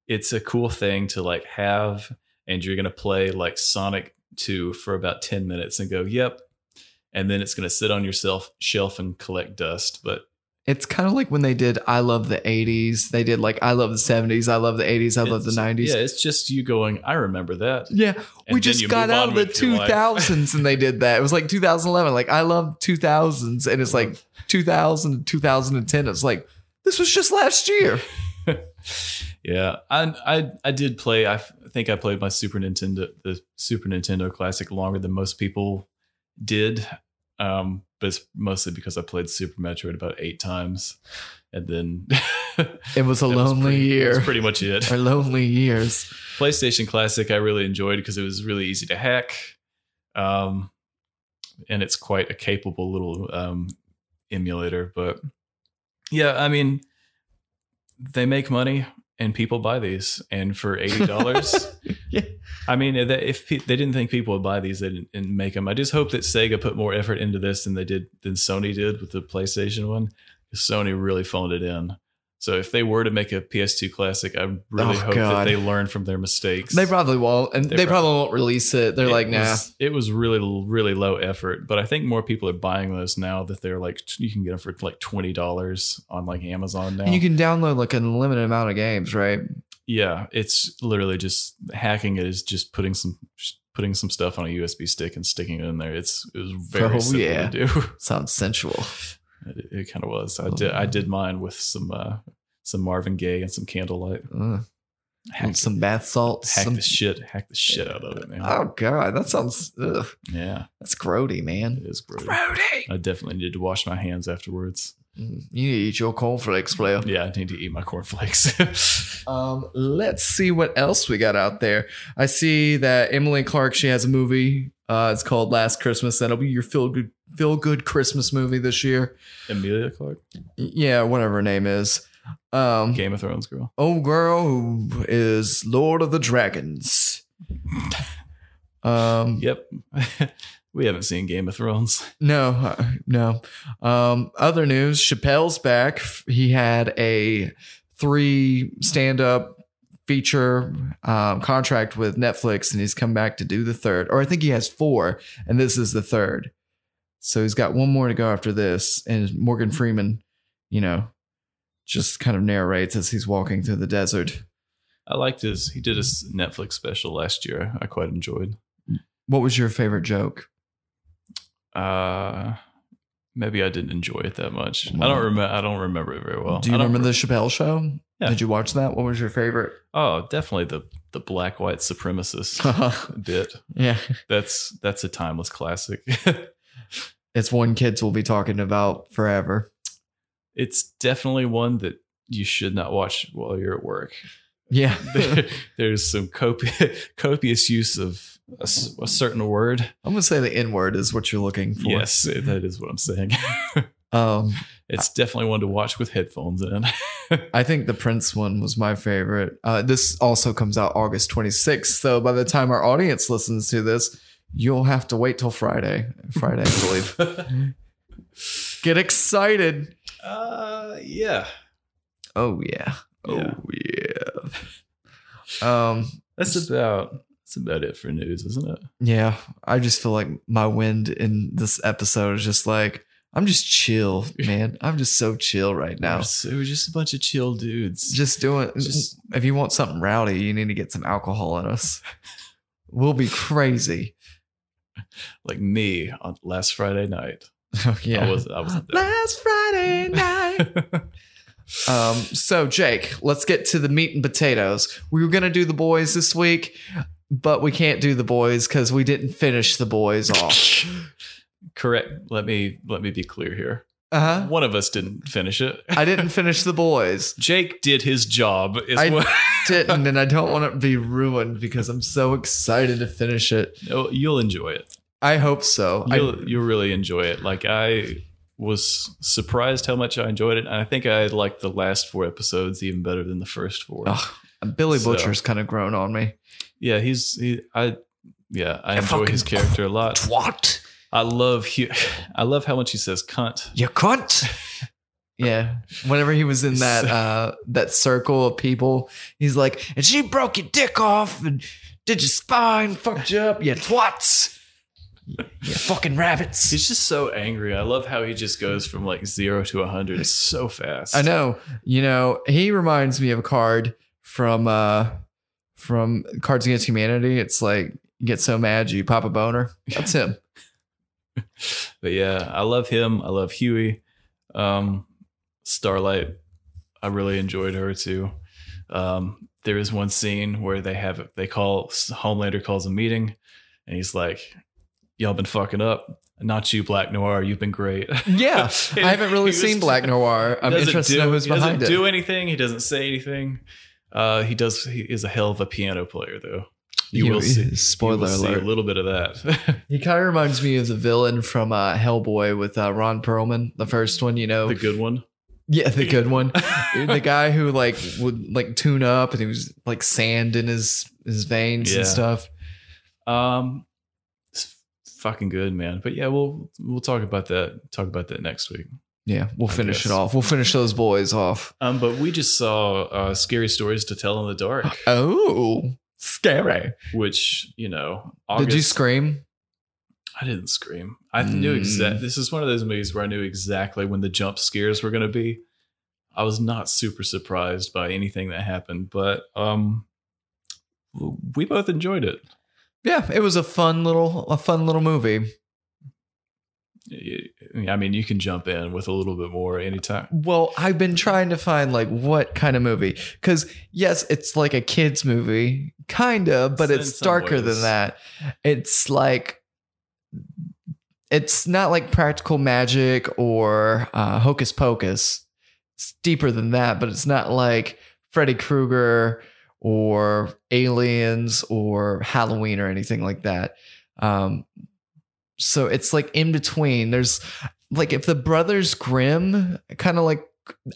S1: it's a cool thing to like have, and you're gonna play like Sonic Two for about ten minutes and go, yep, and then it's gonna sit on your self shelf and collect dust. But
S2: It's kind of like when they did I Love the 80s. They did like I Love the 70s, I Love the 80s, I Love the
S1: it's-
S2: 90s.
S1: Yeah, it's just you going. I remember that.
S2: Yeah,
S1: And
S2: we
S1: then
S2: just
S1: you
S2: got
S1: move
S2: out
S1: on
S2: of the
S1: with your life. *laughs*
S2: *laughs* 2000s and they did that. It was like 2011. Like, I love 2000s. And it's like 2000, 2010. It's like, this was just last year.
S1: yeah, I, I I did play. I f- think I played my Super Nintendo, the Super Nintendo Classic, longer than most people did. Um, but it's mostly because I played Super Metroid about eight times, and then *laughs*
S2: It was a
S1: that was
S2: lonely
S1: pretty-
S2: year.
S1: That's pretty much
S2: *laughs*
S1: it.
S2: Our lonely years.
S1: PlayStation Classic I really enjoyed because it was really easy to hack, um, and it's quite a capable little um, emulator. But yeah, I mean, they make money and people buy these, and for
S2: *laughs*
S1: eighty dollars,
S2: Yeah.
S1: I mean, if they- if pe- they didn't think people would buy these, they didn't, didn't make them. I just hope that Sega put more effort into this than they did than Sony did with the PlayStation one. 'cause Sony really phoned it in. So if they were to make a PS2 classic, I really
S2: Oh,
S1: hope
S2: God.
S1: that they learn from their mistakes.
S2: They probably won't. And they,
S1: They
S2: probably,
S1: probably-
S2: won't release it. They're
S1: It
S2: like, nah.
S1: was- it was really, really low effort. But I think more people are buying those now that they're like, t- you can get them for like twenty dollars on like Amazon now.
S2: And you can download like an unlimited amount of games, right?
S1: yeah, it's literally just hacking. It is just putting some putting some stuff on a USB stick and sticking it in there. It's it was very
S2: Oh,
S1: simple
S2: yeah.
S1: to do. *laughs*
S2: Sounds sensual.
S1: It, it kind of was.
S2: Oh,
S1: I did I did mine with some uh some Marvin Gaye and some candlelight.
S2: Ugh.
S1: Hack,
S2: some bath salts.
S1: hack
S2: some-
S1: the shit, hack the shit out of it, man.
S2: oh, God. That sounds, ugh,
S1: Yeah,
S2: that's grody, man.
S1: it is great.
S2: Grody.
S1: I definitely need to wash my hands afterwards.
S2: Mm, You need to eat your cornflakes, player.
S1: Yeah, I need to eat my cornflakes. *laughs*
S2: Um, let's see what else we got out there. I see that Emily Clark she has a movie. Uh, it's called Last Christmas. That'll be your feel good feel good Christmas movie this year.
S1: Amelia Clark,
S2: Yeah, whatever her name is. Um,
S1: Game of Thrones girl.
S2: old girl who is Lord of the Dragons. Um,
S1: Yep. *laughs* we haven't seen Game of Thrones.
S2: No, uh, no. Um, other news: Chappelle's back. F- He had a three stand-up feature um, contract with Netflix, and he's come back to do the third, or I think he has four, and this is the third. So he's got one more to go after this, and Morgan Freeman, you know, just kind of narrates as he's walking through the desert.
S1: I liked his. He did his Netflix special last year. I quite enjoyed.
S2: What was your favorite joke?
S1: Uh, maybe I didn't enjoy it that much. I
S2: Well-
S1: don't remember. I don't remember it very well.
S2: Do you
S1: I don't
S2: remember the
S1: re-
S2: Chappelle show?
S1: Yeah.
S2: Did you watch that? What was
S1: *laughs*
S2: your favorite?
S1: Oh, definitely the the black white
S2: *laughs*
S1: supremacist bit.
S2: yeah.
S1: That's that's a timeless classic. *laughs*
S2: it's one kids will be talking about forever.
S1: it's definitely one that you should not watch while you're at work.
S2: Yeah.
S1: There- *laughs* there's some copious copious use of a, s- a certain word.
S2: *laughs* I'm gonna say the N word is what you're looking for.
S1: Yes, that is what I'm saying. *laughs*
S2: Um,
S1: It's definitely one to watch with headphones in.
S2: *laughs* I think the Prince one was my favorite. Uh, this also comes out August 26th. So by the time our audience listens to this, you'll have to wait till Friday. Friday, I
S1: *laughs*
S2: believe. Get excited.
S1: uh, yeah.
S2: Oh yeah.
S1: Yeah.
S2: Oh yeah. Um,
S1: That's about that's about it for news, isn't it?
S2: yeah. I just feel like my wind in this episode is just like I'm just chill, man. I'm just so chill right now.
S1: We're just, we're just a bunch of chill dudes.
S2: just doing
S1: Just-
S2: if you want something rowdy you need to get some alcohol
S1: *laughs*
S2: in us we'll be crazy *laughs*
S1: like me on last Friday night.
S2: oh yeah
S1: I was I was *laughs* there.
S2: *laughs*
S1: *laughs*
S2: last friday night um so jake let's get to the meat and potatoes we were gonna do the boys this week but we can't do the boys because
S1: *laughs*
S2: we didn't finish the boys off
S1: Correct. Let me let me be clear here.
S2: Uh huh.
S1: One of us didn't finish it.
S2: I didn't finish the boys.
S1: Jake did his job. Is
S2: I-
S1: what, *laughs*
S2: Didn't, and I don't want it to be ruined because I'm so excited to finish it.
S1: No, you'll enjoy it.
S2: I hope so. I-
S1: You'll, you'll really enjoy it. Like I was surprised how much I enjoyed it, and I think I liked the last four episodes even better than the first four.
S2: Ugh, Billy
S1: So-
S2: Butcher's kind of grown on me.
S1: Yeah, he's he. I yeah, I
S2: You
S1: enjoy his
S2: fucking- *laughs*
S1: character a lot.
S2: What?
S1: I love he, *sighs* I love how much he says cunt.
S2: You cunt. *laughs* yeah. Whenever he was in that uh that circle of people, he's like, and she broke your dick off and did your spine, fucked you up, you twats. You fucking rabbits.
S1: He's just so angry. I love how he just goes from like zero to a hundred so fast.
S2: I know. You know, he reminds me of a card from uh from Cards Against Humanity. It's like you get so mad you pop a boner.
S1: *laughs*
S2: That's him.
S1: But yeah, I love him. I love Huey. Um, Starlight, I really enjoyed her too. Um, there is one scene where they have they call Homelander calls a meeting, and he's like, "Y'all been fucking up. Not you, Black Noir. You've been great." *laughs*
S2: Yeah.
S1: And
S2: I haven't
S1: he
S2: really
S1: was-
S2: seen Black Noir. I'm
S1: doesn't
S2: interested
S1: do-
S2: in who's
S1: he doesn't
S2: behind it.
S1: do anything. He doesn't say anything. Uh, he does. He is a hell of a piano player, though. You, will see. you will
S2: Spoiler
S1: see
S2: alert.
S1: a little bit of that. *laughs*
S2: He kind of reminds me of the villain from uh, Hellboy with uh, Ron Perlman, the first one, you know.
S1: the good one.
S2: yeah, the good one. the guy who like would like tune up and he was like sand in his his veins
S1: Yeah.
S2: and stuff.
S1: Um, it's fucking good, man. But yeah, we'll we'll talk about that. Talk about that next week.
S2: Yeah, we'll
S1: I
S2: finish it
S1: guess.
S2: off. We'll finish those boys off.
S1: Um, but we just saw uh, scary stories to tell in the
S2: Ah.
S1: dark,
S2: Oh, scary.
S1: which you know, August,
S2: Did you scream?
S1: I didn't scream. I knew exact.
S2: Mm.
S1: This is one of those movies where I knew exactly when the jump scares were going to be. I was not super surprised by anything that happened, but um, we both enjoyed it.
S2: Yeah, it was a fun little a fun little movie.
S1: I mean, you can jump in with a little bit more anytime.
S2: Well, I've been trying to find like what kind of movie because yes, it's like a kids movie, kinda, but
S1: In
S2: it's
S1: some
S2: darker
S1: ways.
S2: than that. It's like it's not like practical magic or uh, hocus pocus. It's deeper than that, but it's not like Freddy Krueger or Aliens or Halloween or anything like that. Um, so it's like in between. There's like if the Brothers Grimm kind of like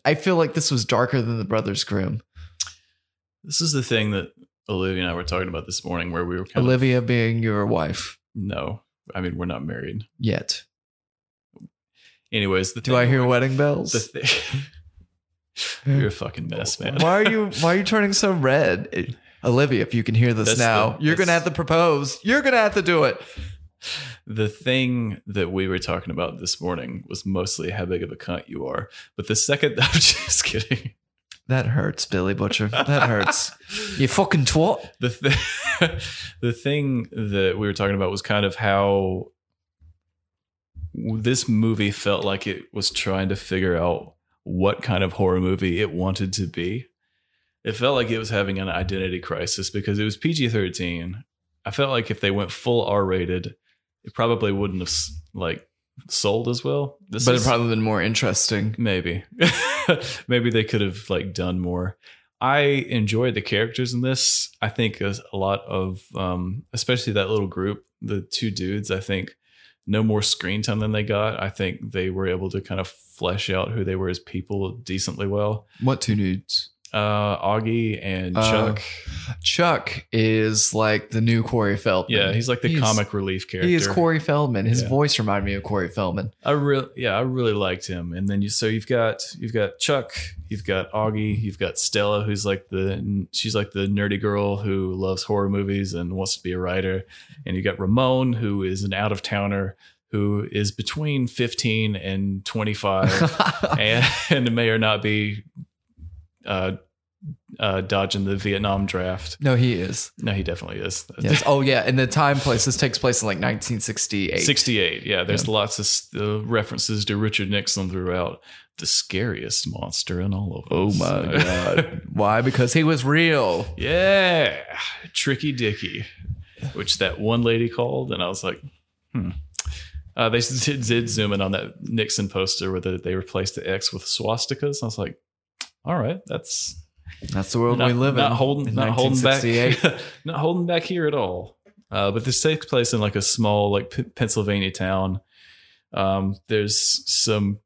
S2: I feel like this was darker than the Brothers Grimm.
S1: This is the thing that Olivia and I were talking about this morning, where we were kind of
S2: Olivia being your wife
S1: no. I mean, we're not married.
S2: yet.
S1: Anyways, the
S2: Do
S1: thing-
S2: I hear wedding
S1: the
S2: bells?
S1: thing? *laughs* You're a fucking mess, man.
S2: Why are you why are you turning so red? It- Olivia, if you can hear this
S1: That's
S2: now,
S1: the-
S2: you're gonna
S1: that's-
S2: have to propose. You're gonna have to do it.
S1: *laughs* the thing that we were talking about this morning was mostly how big of a cunt you are. But the second, *laughs* I'm just kidding.
S2: That hurts, Billy Butcher.
S1: *laughs*
S2: That hurts. you fucking twat.
S1: The th- *laughs* the thing that we were talking about was kind of how this movie felt like it was trying to figure out what kind of horror movie it wanted to be. It felt like it was having an identity crisis because it was PG thirteen. I felt like if they went full R rated, it probably wouldn't have s- like sold as well. This
S2: But
S1: is-
S2: it'd probably been more interesting.
S1: maybe *laughs* maybe they could have like done more i enjoyed the characters in this i think a, a lot of um especially that little group the two dudes i think no more screen time than they got i think they were able to kind of flesh out who they were as people decently well
S2: What two nudes?
S1: uh augie and
S2: Uh,
S1: chuck
S2: Chuck is like the new Corey Feldman.
S1: yeah he's like the comic relief character
S2: He is Corey Feldman. His
S1: Yeah.
S2: voice reminded me of Corey Feldman.
S1: I really, yeah, I really liked him. And then you, so you've got you've got Chuck, you've got Augie, you've got Stella, who's like the she's like the nerdy girl who loves horror movies and wants to be a writer, and you got Ramon, who is an out of towner who is between fifteen and twenty
S2: *laughs*
S1: five, and, and may or not be. Uh, uh, dodging the Vietnam draft.
S2: no, he
S1: *laughs*
S2: is.
S1: No, he definitely is.
S2: Yes. Oh, yeah. And the time place. This takes place in like 1968.
S1: 68. Yeah, there's
S2: Yeah.
S1: lots of s- uh, references to Richard Nixon throughout. The scariest monster in all of us.
S2: Oh
S1: *laughs*
S2: my god. Why? Because he was real.
S1: yeah. Tricky Dicky, which that one lady called, and I was like, hmm, Uh, they did, did zoom in on that Nixon poster where the, they replaced the X with swastikas. I was like, all right, that's
S2: That's the world
S1: not,
S2: we live
S1: not
S2: in.
S1: holding,
S2: in
S1: not holding back, *laughs*
S2: 1968.
S1: not holding back here at all. Uh, but this takes place in like a small like P- Pennsylvania town. Um, there's some.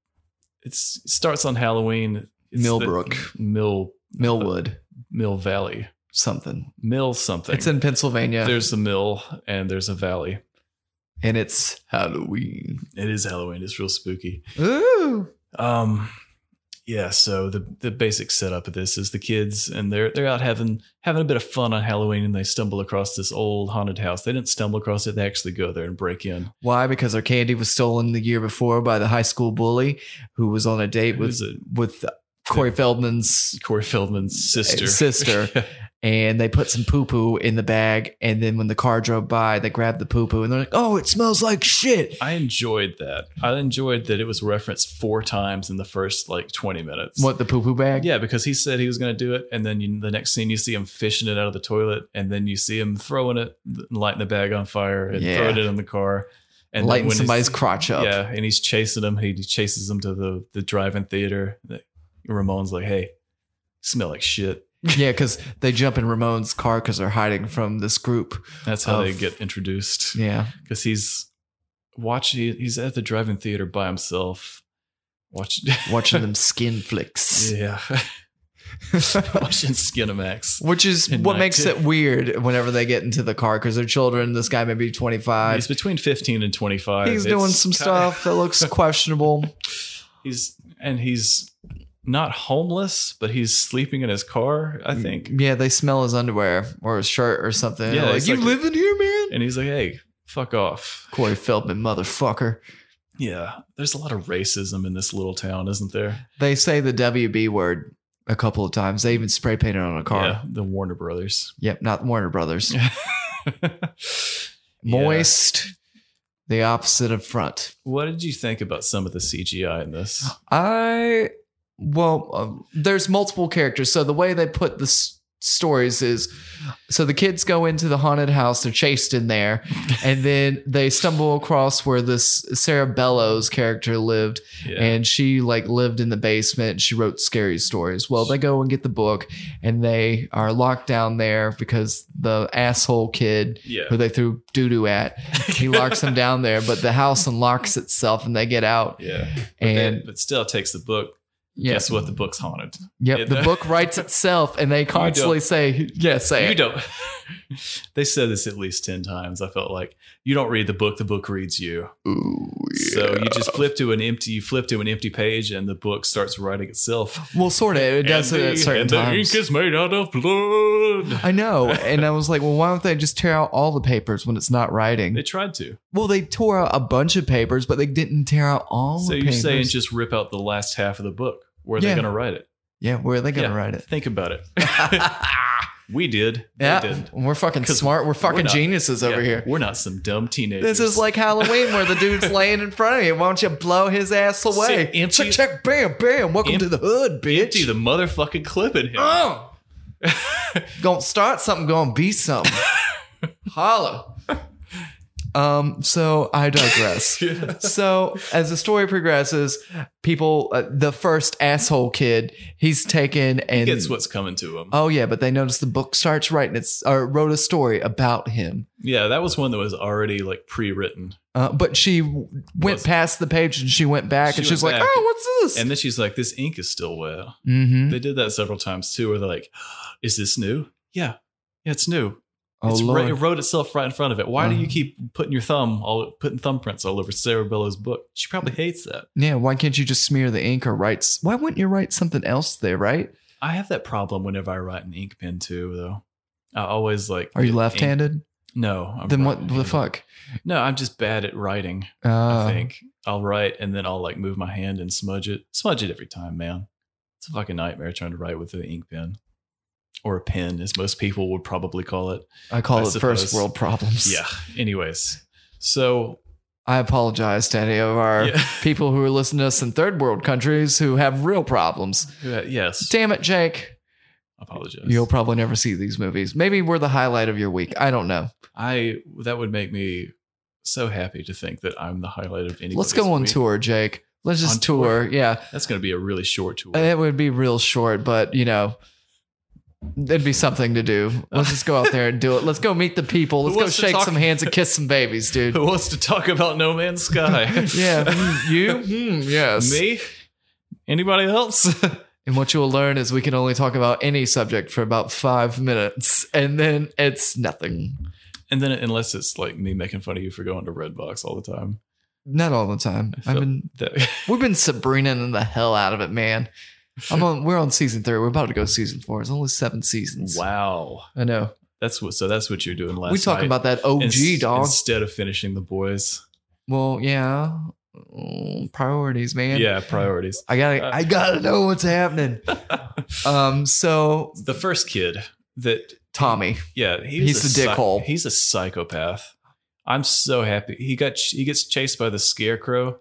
S1: It's, it starts on Halloween. It's the-
S2: Millbrook.
S1: Mill uh,
S2: Millwood,
S1: Mill Valley,
S2: something.
S1: Mill something.
S2: It's in Pennsylvania,
S1: There's the mill and there's a valley.
S2: and it's Halloween.
S1: It is Halloween. It's real spooky.
S2: Ooh,
S1: Um, yeah. So the the basic setup of this is the kids and they're they're out having having a bit of fun on Halloween and they stumble across this old haunted house. They didn't stumble across it. They actually go there and break in.
S2: why? Because our candy was stolen the year before by the high school bully who was on a date
S1: It
S2: with
S1: was a
S2: with Corey Feldman's,
S1: Corey Feldman's sister.
S2: Sister.
S1: Yeah.
S2: and they put some poo poo in the bag, and then when the car drove by, they grabbed the poo poo, and they're like, "Oh, it smells like shit."
S1: *laughs* I enjoyed that. I enjoyed that it was referenced four times in the first like twenty minutes.
S2: What the poo poo bag?
S1: Yeah, because he said he was going to do it, and then you, the next scene you see him fishing it out of the toilet, and then you see him throwing it, lighting the bag on fire, and
S2: Yeah.
S1: throwing it in the car, and then
S2: lighting
S1: when he's-
S2: somebody's crotch up.
S1: Yeah, and he's chasing him. He chases him to the the drive-in theater. Ramon's like, "Hey, smell like shit."
S2: Yeah, because they jump in Ramon's car because they're hiding from this group.
S1: That's how
S2: Of-
S1: they get introduced
S2: Yeah.
S1: because he's watching. He's at the drive-in theater by himself, watching *laughs*
S2: Watching them skin flicks.
S1: yeah, *laughs* watching Skinamax.
S2: Which is
S1: And
S2: what
S1: not
S2: makes
S1: to-
S2: it weird whenever they get into the car because they're children. This guy may be 25.
S1: He's
S2: He's,
S1: between fifteen and twenty-five.
S2: doing
S1: It's
S2: some
S1: kinda-
S2: stuff that
S1: *laughs*
S2: looks questionable.
S1: He's and he's not homeless, but he's sleeping in his car, I think.
S2: Mm, Yeah, they smell his underwear or his shirt or something.
S1: Yeah,
S2: Yeah, like,
S1: it's
S2: you
S1: like-
S2: live in here, man?
S1: And he's like, "Hey, fuck off."
S2: Corey Feldman, motherfucker.
S1: Yeah, there's a lot of racism in this little town, isn't there?
S2: They say the WB word a couple of times. They even spray painted on a car.
S1: Yeah, the Warner
S2: *laughs*
S1: Brothers.
S2: Yep, not
S1: *laughs*
S2: Warner Brothers.
S1: Yeah.
S2: Moist, the opposite of front.
S1: What did you think about some of the CGI in
S2: *gasps*
S1: this?
S2: I well, um, there's multiple characters. So the way they put the s- stories is, so the kids go into the haunted house. They're chased
S1: *laughs*
S2: in there, and then they stumble across where this Sarah Bellows character lived,
S1: Yeah.
S2: and she like lived in the basement. She wrote scary stories. Well, they go and get the book, and they are locked down there because the asshole kid
S1: yeah.
S2: who they threw doo doo at, he locks them down there. But the house unlocks itself, and they get
S1: *laughs*
S2: out.
S1: Yeah.
S2: And
S1: But- but still takes the book.
S2: yes,
S1: Guess what? The book's haunted.
S2: Yep,
S1: Yeah,
S2: the
S1: the-
S2: book writes itself, and they constantly say, "Yeah, say
S1: you
S2: it."
S1: don't. *laughs* they said this at least 10 times. I felt like you don't read the book, the book reads you.
S2: Ooh, yeah.
S1: So you just flip to an empty, you flip to an empty page, and the book starts writing itself.
S2: well, sort of. It does
S1: and
S2: it
S1: the,
S2: at certain
S1: and
S2: times.
S1: the ink is made out of blood.
S2: I know, and I was like, "Well, why don't they just tear out all the papers when it's not
S1: They
S2: writing?"
S1: tried to.
S2: Well, they tore out a bunch of papers, but they didn't tear out all
S1: so
S2: the
S1: you're
S2: papers.
S1: saying just rip out the last half of the book. Where are
S2: Yeah.
S1: they going to write it?
S2: yeah, where are they going to
S1: Yeah.
S2: write it?
S1: Think about
S2: *laughs*
S1: it. we did.
S2: yeah,
S1: They didn't.
S2: we're fucking
S1: 'Cause
S2: smart. We're
S1: we're
S2: fucking
S1: not-
S2: geniuses over
S1: Yeah,
S2: here.
S1: We're not some dumb teenagers.
S2: This is like Halloween, where the
S1: *laughs*
S2: dude's laying in front of you. Why don't you blow his ass away?
S1: empty-
S2: check, check, bam, bam. Welcome
S1: Em-
S2: to the hood, bitch.
S1: empty *laughs* the motherfucking clip in here.
S2: Oh. gonna start something, gonna be something. Holla. Um, so
S1: *laughs*
S2: I digress. So as the story progresses, people, uh, the first asshole kid, he's taken and
S1: Gets what's coming to him.
S2: oh yeah, but they notice the book starts writing it's or wrote a story about him.
S1: yeah, that was one that was already like pre-written.
S2: Uh, but she w- went
S1: Was-
S2: past the page and she went back
S1: She
S2: and she was
S1: went
S2: like,
S1: back.
S2: "Oh, what's this?"
S1: And then she's like, "This ink is still wet."
S2: mm-hmm.
S1: They did that several times too, where they're like, "Is this new?" Yeah, yeah, it's new.
S2: Oh
S1: it's
S2: lord,
S1: It wrote itself right in front of it. Why do
S2: Uh-huh.
S1: you keep putting your thumb all putting thumbprints all over Sarah Bellows' book? She probably hates that.
S2: yeah. Why can't you just smear the ink or write? s- Why wouldn't you write something else there, right?
S1: I have that problem whenever I write an ink pen too, though. I always like.
S2: Are you
S1: ink-
S2: left-handed?
S1: No. I'm
S2: then what the
S1: right-handed.
S2: fuck?
S1: No, I'm just bad at writing.
S2: Uh,
S1: I think I'll write and then I'll like move my hand and smudge it. Smudge it every time, man. It's a fucking nightmare trying to write with an ink pen or a pen, as most people would probably call it.
S2: I call
S1: I
S2: it first
S1: suppose.
S2: world problems.
S1: Yeah. Anyways, so
S2: *laughs* I apologize to any of our
S1: Yeah. *laughs*
S2: people who are listening to us in third world countries who have real problems.
S1: uh, yes,
S2: Damn it, Jake.
S1: I apologize.
S2: You'll probably never see these movies. Maybe we're the highlight of your week. I don't know.
S1: I that would make me so happy to think that I'm the highlight of any.
S2: Let's go on tour, Jake. Let's just
S1: On
S2: tour.
S1: tour?
S2: Yeah.
S1: That's going to be a really short tour.
S2: It would be real short, but you know, it'd be something to do. Let's just go out there and do it. Let's go meet the people. Let's go
S1: wants to
S2: shake
S1: talk-
S2: some hands and kiss some babies, dude.
S1: Who wants to talk about No Man's Sky?
S2: *laughs* Yeah.
S1: *laughs*
S2: Hmm, you? Hmm, yes.
S1: me. Anybody else?
S2: And what you will learn is we can only talk about any subject for about five minutes, and then it's nothing.
S1: *laughs* and then, unless it's like me making fun of you for going to Redbox all the time.
S2: Not all the time.
S1: I
S2: I've
S1: felt
S2: been
S1: that-
S2: we've been Sabrina the hell out of it, man. I'm on. We're on season three. We're about to go season four. It's only seven seasons.
S1: wow,
S2: I know.
S1: that's what. So that's what you're doing last.
S2: we talking
S1: night.
S2: about that OG
S1: Ins-
S2: dog.
S1: Instead of finishing the boys,
S2: well, yeah. Mm, Priorities, man.
S1: yeah, priorities.
S2: I gotta.
S1: Uh,
S2: I gotta know
S1: *laughs*
S2: what's happening. um. So
S1: the first kid that
S2: Tommy,
S1: Yeah, he
S2: He's
S1: was a
S2: the dickhole.
S1: He's a psychopath. I'm so happy he got he gets chased by the scarecrow,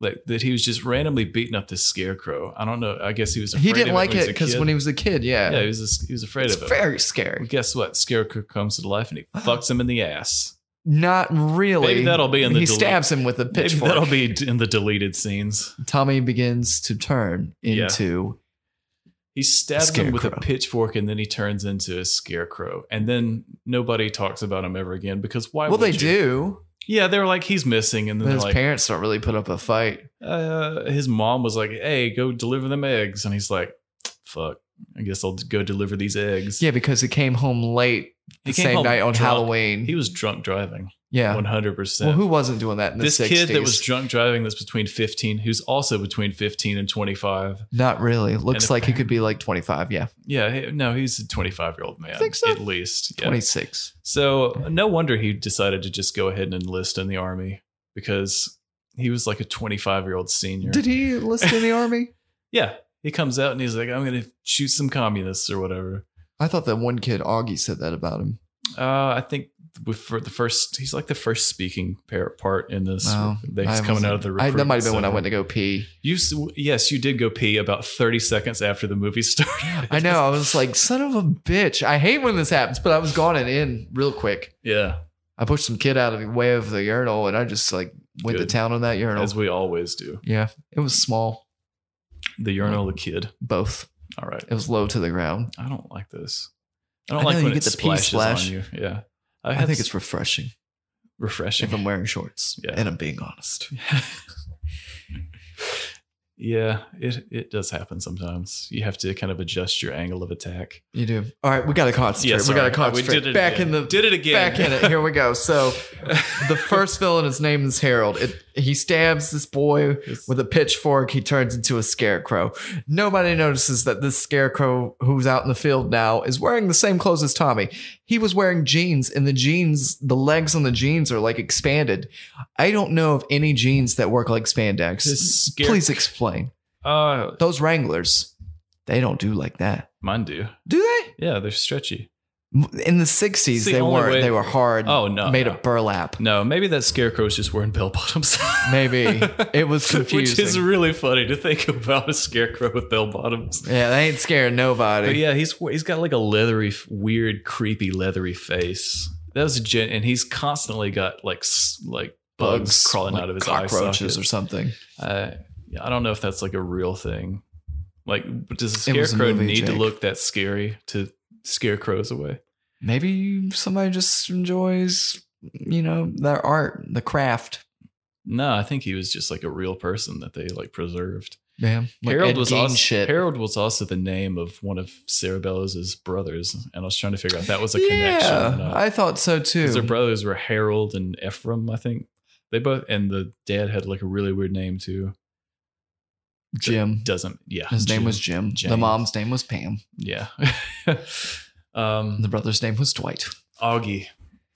S1: like that he was just randomly beating up this scarecrow. I don't know. I guess he was afraid
S2: he didn't
S1: of
S2: like
S1: when
S2: it because when he was a kid,
S1: was
S2: yeah,
S1: a kid. yeah he was he was afraid
S2: it's
S1: of it.
S2: very
S1: Well,
S2: scary.
S1: guess what? Scarecrow comes to life
S2: *gasps*
S1: and he fucks him in the ass.
S2: Not really.
S1: Maybe that'll be in the
S2: he
S1: delete-
S2: stabs him with a
S1: Maybe
S2: pitchfork.
S1: that'll be d- in the deleted scenes.
S2: Tommy begins to turn
S1: Yeah.
S2: into
S1: He stabs him with a
S2: Scarecrow.
S1: pitchfork and then he turns into a scarecrow. And then nobody talks about him ever again because why?
S2: well,
S1: would
S2: they
S1: you?
S2: do,
S1: Yeah, they're like he's missing, and
S2: but
S1: then they're
S2: his
S1: like,
S2: parents don't really put up a fight.
S1: uh, his mom was like, "Hey, go deliver them eggs," and he's like, "Fuck, I guess I'll go deliver these eggs."
S2: Yeah, because he came home late the
S1: He came
S2: same
S1: home
S2: night on
S1: drunk.
S2: Halloween.
S1: he was drunk driving,
S2: yeah.
S1: one hundred
S2: Well,
S1: percent.
S2: who wasn't doing that in the
S1: This
S2: 60s?
S1: kid that was drunk driving, that's between fifteen, who's also between fifteen and twenty-five.
S2: not really looks
S1: And
S2: like he could
S1: apparent-
S2: be like 25. Yeah,
S1: Yeah, he- no, he's a twenty-five-year-old man,
S2: Think so?
S1: at least. Yeah.
S2: 26.
S1: So no wonder he decided to just go ahead and enlist in the army because he was like a twenty-five-year-old senior.
S2: Did he enlist
S1: *laughs*
S2: in the army?
S1: yeah, he comes out and he's like, "I'm going to shoot some communists or whatever."
S2: I thought that one kid Augie said that about him.
S1: Uh, I think with for the first, he's like the first speaking par- part in this.
S2: Wow.
S1: that
S2: I
S1: he's coming out
S2: wasn't-
S1: of the.
S2: I, that might
S1: recruitment
S2: have been when I
S1: center.
S2: went to go pee.
S1: You s- yes, you did go pee about thirty seconds after the movie *laughs* started.
S2: I know. I was like, son of a bitch. I hate when this happens, but I was gone and in real quick.
S1: yeah,
S2: I pushed some kid out of the way of the urinal and I just like went
S1: Good.
S2: to town on that urinal.
S1: as we always do.
S2: yeah. It was small,
S1: The urinal, the kid.
S2: both.
S1: All right,
S2: It was low to the ground.
S1: I don't like this. I don't
S2: I
S1: like
S2: know,
S1: when
S2: you
S1: it
S2: get the pee
S1: splashes
S2: splash.
S1: on you. Yeah,
S2: I
S1: had
S2: think
S1: s-
S2: it's refreshing if I'm
S1: refreshing.
S2: wearing shorts
S1: Yeah.
S2: and I'm being honest.
S1: yeah, it it does happen sometimes. You have to kind of adjust your angle of attack.
S2: You do. All right. We got to concentrate.
S1: Yeah,
S2: we got to
S1: sorry. Oh, we
S2: concentrate.
S1: did it
S2: back
S1: again.
S2: in the.
S1: did it again.
S2: Back in it. Here we go. So,
S1: *laughs*
S2: the first villain, his name is Harold. It, he stabs this boy with a pitchfork he turns into a scarecrow nobody notices that this scarecrow who's out in the field now is wearing the same clothes as tommy he was wearing jeans and the jeans the legs on the jeans are like expanded i don't know of any jeans that work like spandex
S1: This scare-
S2: please explain
S1: Uh,
S2: those wranglers they don't do like that
S1: mine do.
S2: do they
S1: Yeah, they're stretchy.
S2: in the 60s
S1: It's the
S2: they
S1: only
S2: weren't
S1: way-
S2: they were hard
S1: Oh, no,
S2: made
S1: no. *laughs*
S2: of burlap
S1: No, maybe that scarecrow's just wearing bell bottoms. *laughs*
S2: maybe it was confusing
S1: Which is really funny to think about a scarecrow with bell bottoms.
S2: yeah they ain't scaring nobody
S1: But yeah, he's he's got like a leathery, weird, creepy, leathery face. That was a gen, and he's constantly got like s- like bugs, crawling
S2: like
S1: out of his eye
S2: cockroaches
S1: sockets.
S2: or something.
S1: Uh, yeah, I don't know if that's like a real thing. Like, but does a
S2: It was a
S1: scarecrow
S2: movie,
S1: need to
S2: Jake.
S1: look that scary to scarecrows away?
S2: Maybe somebody just enjoys, you know, their art, the craft.
S1: No, I think he was just like a real person that they like preserved.
S2: Yeah, like
S1: Harold
S2: Ed
S1: was
S2: Gein
S1: also,
S2: shit.
S1: Harold was also the name of one of Cerebello's brothers, and I was trying to figure out if that was a connection. or
S2: yeah,
S1: not.
S2: I thought so too.
S1: 'Cause their brothers were Harold and Ephraim, I think. They both and the dad had like a really weird name too.
S2: Jim.
S1: Doesn't yeah.
S2: His name was Jim. The
S1: James.
S2: mom's name was Pam.
S1: Yeah. *laughs* um
S2: And the brother's name was Dwight.
S1: Augie.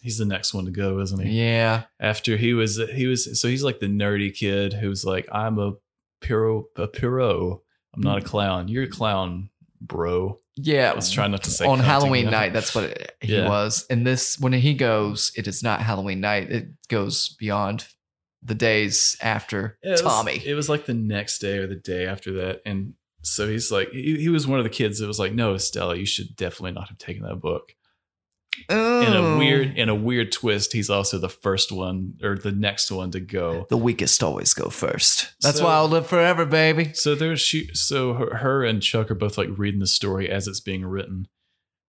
S1: He's the next one to go, isn't he?
S2: Yeah,
S1: After he was he was so he's like the nerdy kid who's like, I'm a pyro a pyro. I'm
S2: Mm.
S1: not a clown. You're a clown, bro.
S2: yeah.
S1: I was trying not to say
S2: on
S1: clown
S2: Halloween
S1: together.
S2: night, that's what it, he
S1: Yeah.
S2: was. And this, when he goes, it is not Halloween night. It goes beyond the days after
S1: *laughs* Yeah, it was-
S2: Tommy.
S1: It was like the next day or the day after that. And so he's like, he, he was one of the kids that was like, no, Estella, you should definitely not have taken that book. in
S2: Oh.
S1: a weird in a weird twist, he's also the first one or the next one to go.
S2: The weakest always go first. That's
S1: So-
S2: why I'll live forever, baby.
S1: So there's she. So her, her and Chuck are both like reading the story as it's being written.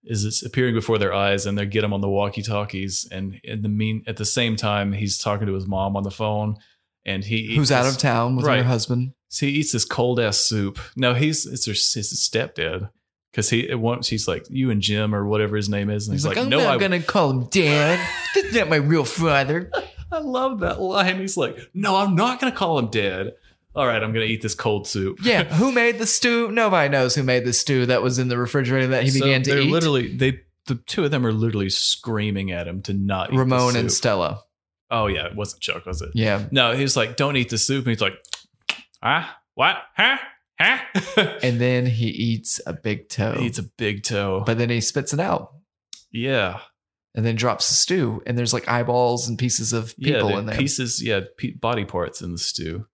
S1: Is it's appearing before their eyes, and they get him on the walkie-talkies, and in the mean at the same time, he's talking to his mom on the phone, and he eats
S2: Who's out
S1: this-
S2: of town with
S1: Right.
S2: her husband?
S1: So he eats this cold ass soup. No, he's it's her it's his stepdad because he at once he's like you and Jim or whatever his name is, and he's, like,
S2: "Oh, I'm
S1: no,
S2: not
S1: I
S2: gonna call him dad.
S1: *laughs*
S2: That's not my real father.
S1: I love that line. He's like, no, I'm not gonna call him dad. All right, I'm gonna eat this cold soup.
S2: Yeah, who made the stew? Nobody knows who made the stew that was in the refrigerator that he
S1: So
S2: began to
S1: they're
S2: eat.
S1: Literally, they the two of them are literally screaming at him to not eat
S2: Ramon
S1: the
S2: and
S1: soup.
S2: Stella.
S1: oh yeah, it wasn't Chuck, was it?
S2: Yeah,
S1: No, he's like, don't eat the soup, and he's like, ah, what, huh, huh? *laughs*
S2: and then he eats a big toe,
S1: he eats a big toe.
S2: but then he spits it out
S1: yeah,
S2: and then drops the stew. And there's like eyeballs and pieces of
S1: yeah,
S2: people
S1: the
S2: in there.
S1: pieces, yeah, pe- body parts in the stew.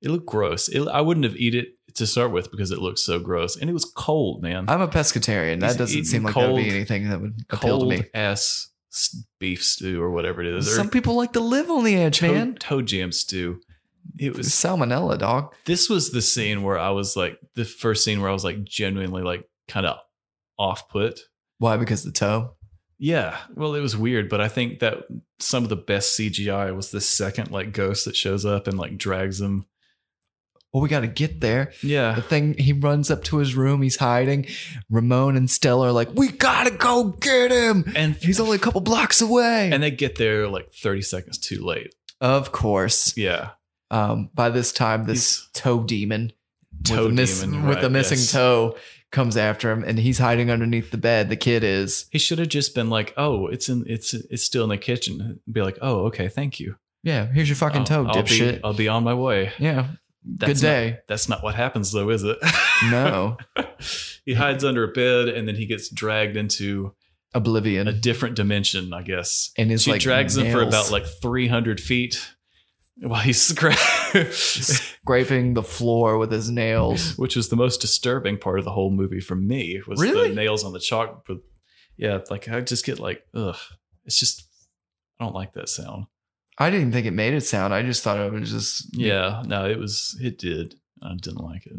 S1: It looked gross. It, I wouldn't have eat it to start with because it looked so gross, and it was cold, man.
S2: I'm a pescatarian. That
S1: He's
S2: doesn't
S1: eating
S2: seem like that would be
S1: cold-
S2: anything that would appeal to
S1: cold
S2: me.
S1: ass s- beef stew or whatever it is,
S2: Some
S1: or
S2: people like to live on the edge,
S1: toe,
S2: man.
S1: toe jam stew. It was
S2: Salmonella, dog.
S1: this was the scene where I was like the first scene where I was like genuinely like kind of off put.
S2: Why? Because the toe.
S1: Yeah, well, it was weird, but I think that some of the best CGI was the second like ghost that shows up and like drags them.
S2: Well, we got to get there. The
S1: Yeah,
S2: thing, he runs up to his room. He's hiding. Ramon and Stella are like, "We gotta go get him.
S1: and
S2: He's only a couple blocks away."
S1: and they get there like thirty seconds too late.
S2: of course,
S1: Yeah,
S2: um, by this time, this
S1: He's-
S2: toe demon,
S1: Toe
S2: with a, miss-
S1: demon,
S2: with
S1: right,
S2: a missing
S1: yes.
S2: toe comes after him, and he's hiding underneath the bed. The kid is.
S1: he should have just been like, "Oh, it's in, it's it's still in the kitchen." Be like, "Oh, okay, thank you."
S2: Yeah, here's your fucking
S1: I'll-
S2: toe,
S1: I'll be-
S2: dipshit.
S1: I'll be on my way.
S2: yeah,
S1: That's
S2: good
S1: not-
S2: day.
S1: that's not what happens though, is it?
S2: No.
S1: *laughs* he hides under a bed and then he gets dragged into
S2: Oblivion.
S1: a different dimension, I guess.
S2: and is
S1: she
S2: like
S1: drags him for
S2: nails
S1: about like 300 feet while he's scra-
S2: scraping the floor with his
S1: *laughs*
S2: nails.
S1: which was the most disturbing part of the whole movie for me was
S2: Really?
S1: the nails on the chalk. But yeah, like I just get like, ugh, it's just, I don't like that sound.
S2: I didn't think it made it sound. I just thought it was just
S1: Yeah, no, it was, it did. I didn't like it.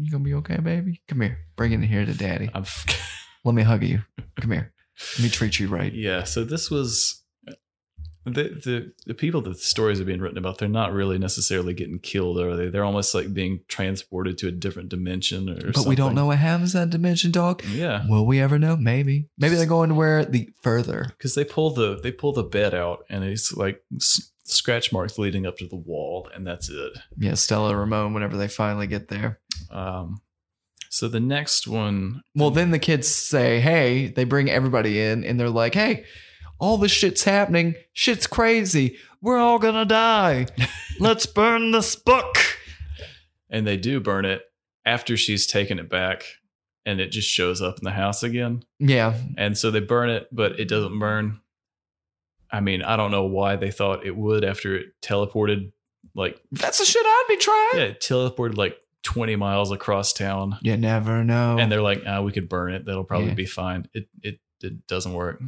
S2: You gonna be okay, baby? Come here. Bring it here to daddy.
S1: I'm, *laughs*
S2: Let me hug you. Come here. Let me treat you right.
S1: yeah, so this was the, the the people that the stories are being written about. They're not really necessarily getting killed, are they? They're almost like being transported to a different dimension, or
S2: But we don't know what happens in that dimension, dog.
S1: Yeah,
S2: Will we ever know? Maybe. Maybe they're going to where the further.
S1: because they pull the they pull the bed out, and it's like s- scratch marks leading up to the wall, and that's it.
S2: Yeah, Stella Ramon. Whenever they finally get there,
S1: Um, so the next one,
S2: well, then the kids say, "Hey!" They bring everybody in, and they're like, "Hey, all this shit's happening. Shit's crazy. We're all
S1: *laughs*
S2: gonna die. Let's burn this book."
S1: and they do burn it after she's taken it back, and it just shows up in the house again.
S2: Yeah,
S1: And so they burn it, but it doesn't burn. I mean, I don't know why they thought it would after it teleported like
S2: that's the shit I'd be trying.
S1: yeah, it teleported like 20 miles across town.
S2: You never know.
S1: And they're like, ah, we could burn it. That'll probably
S2: Oh. Yeah.
S1: be fine. It it it doesn't work.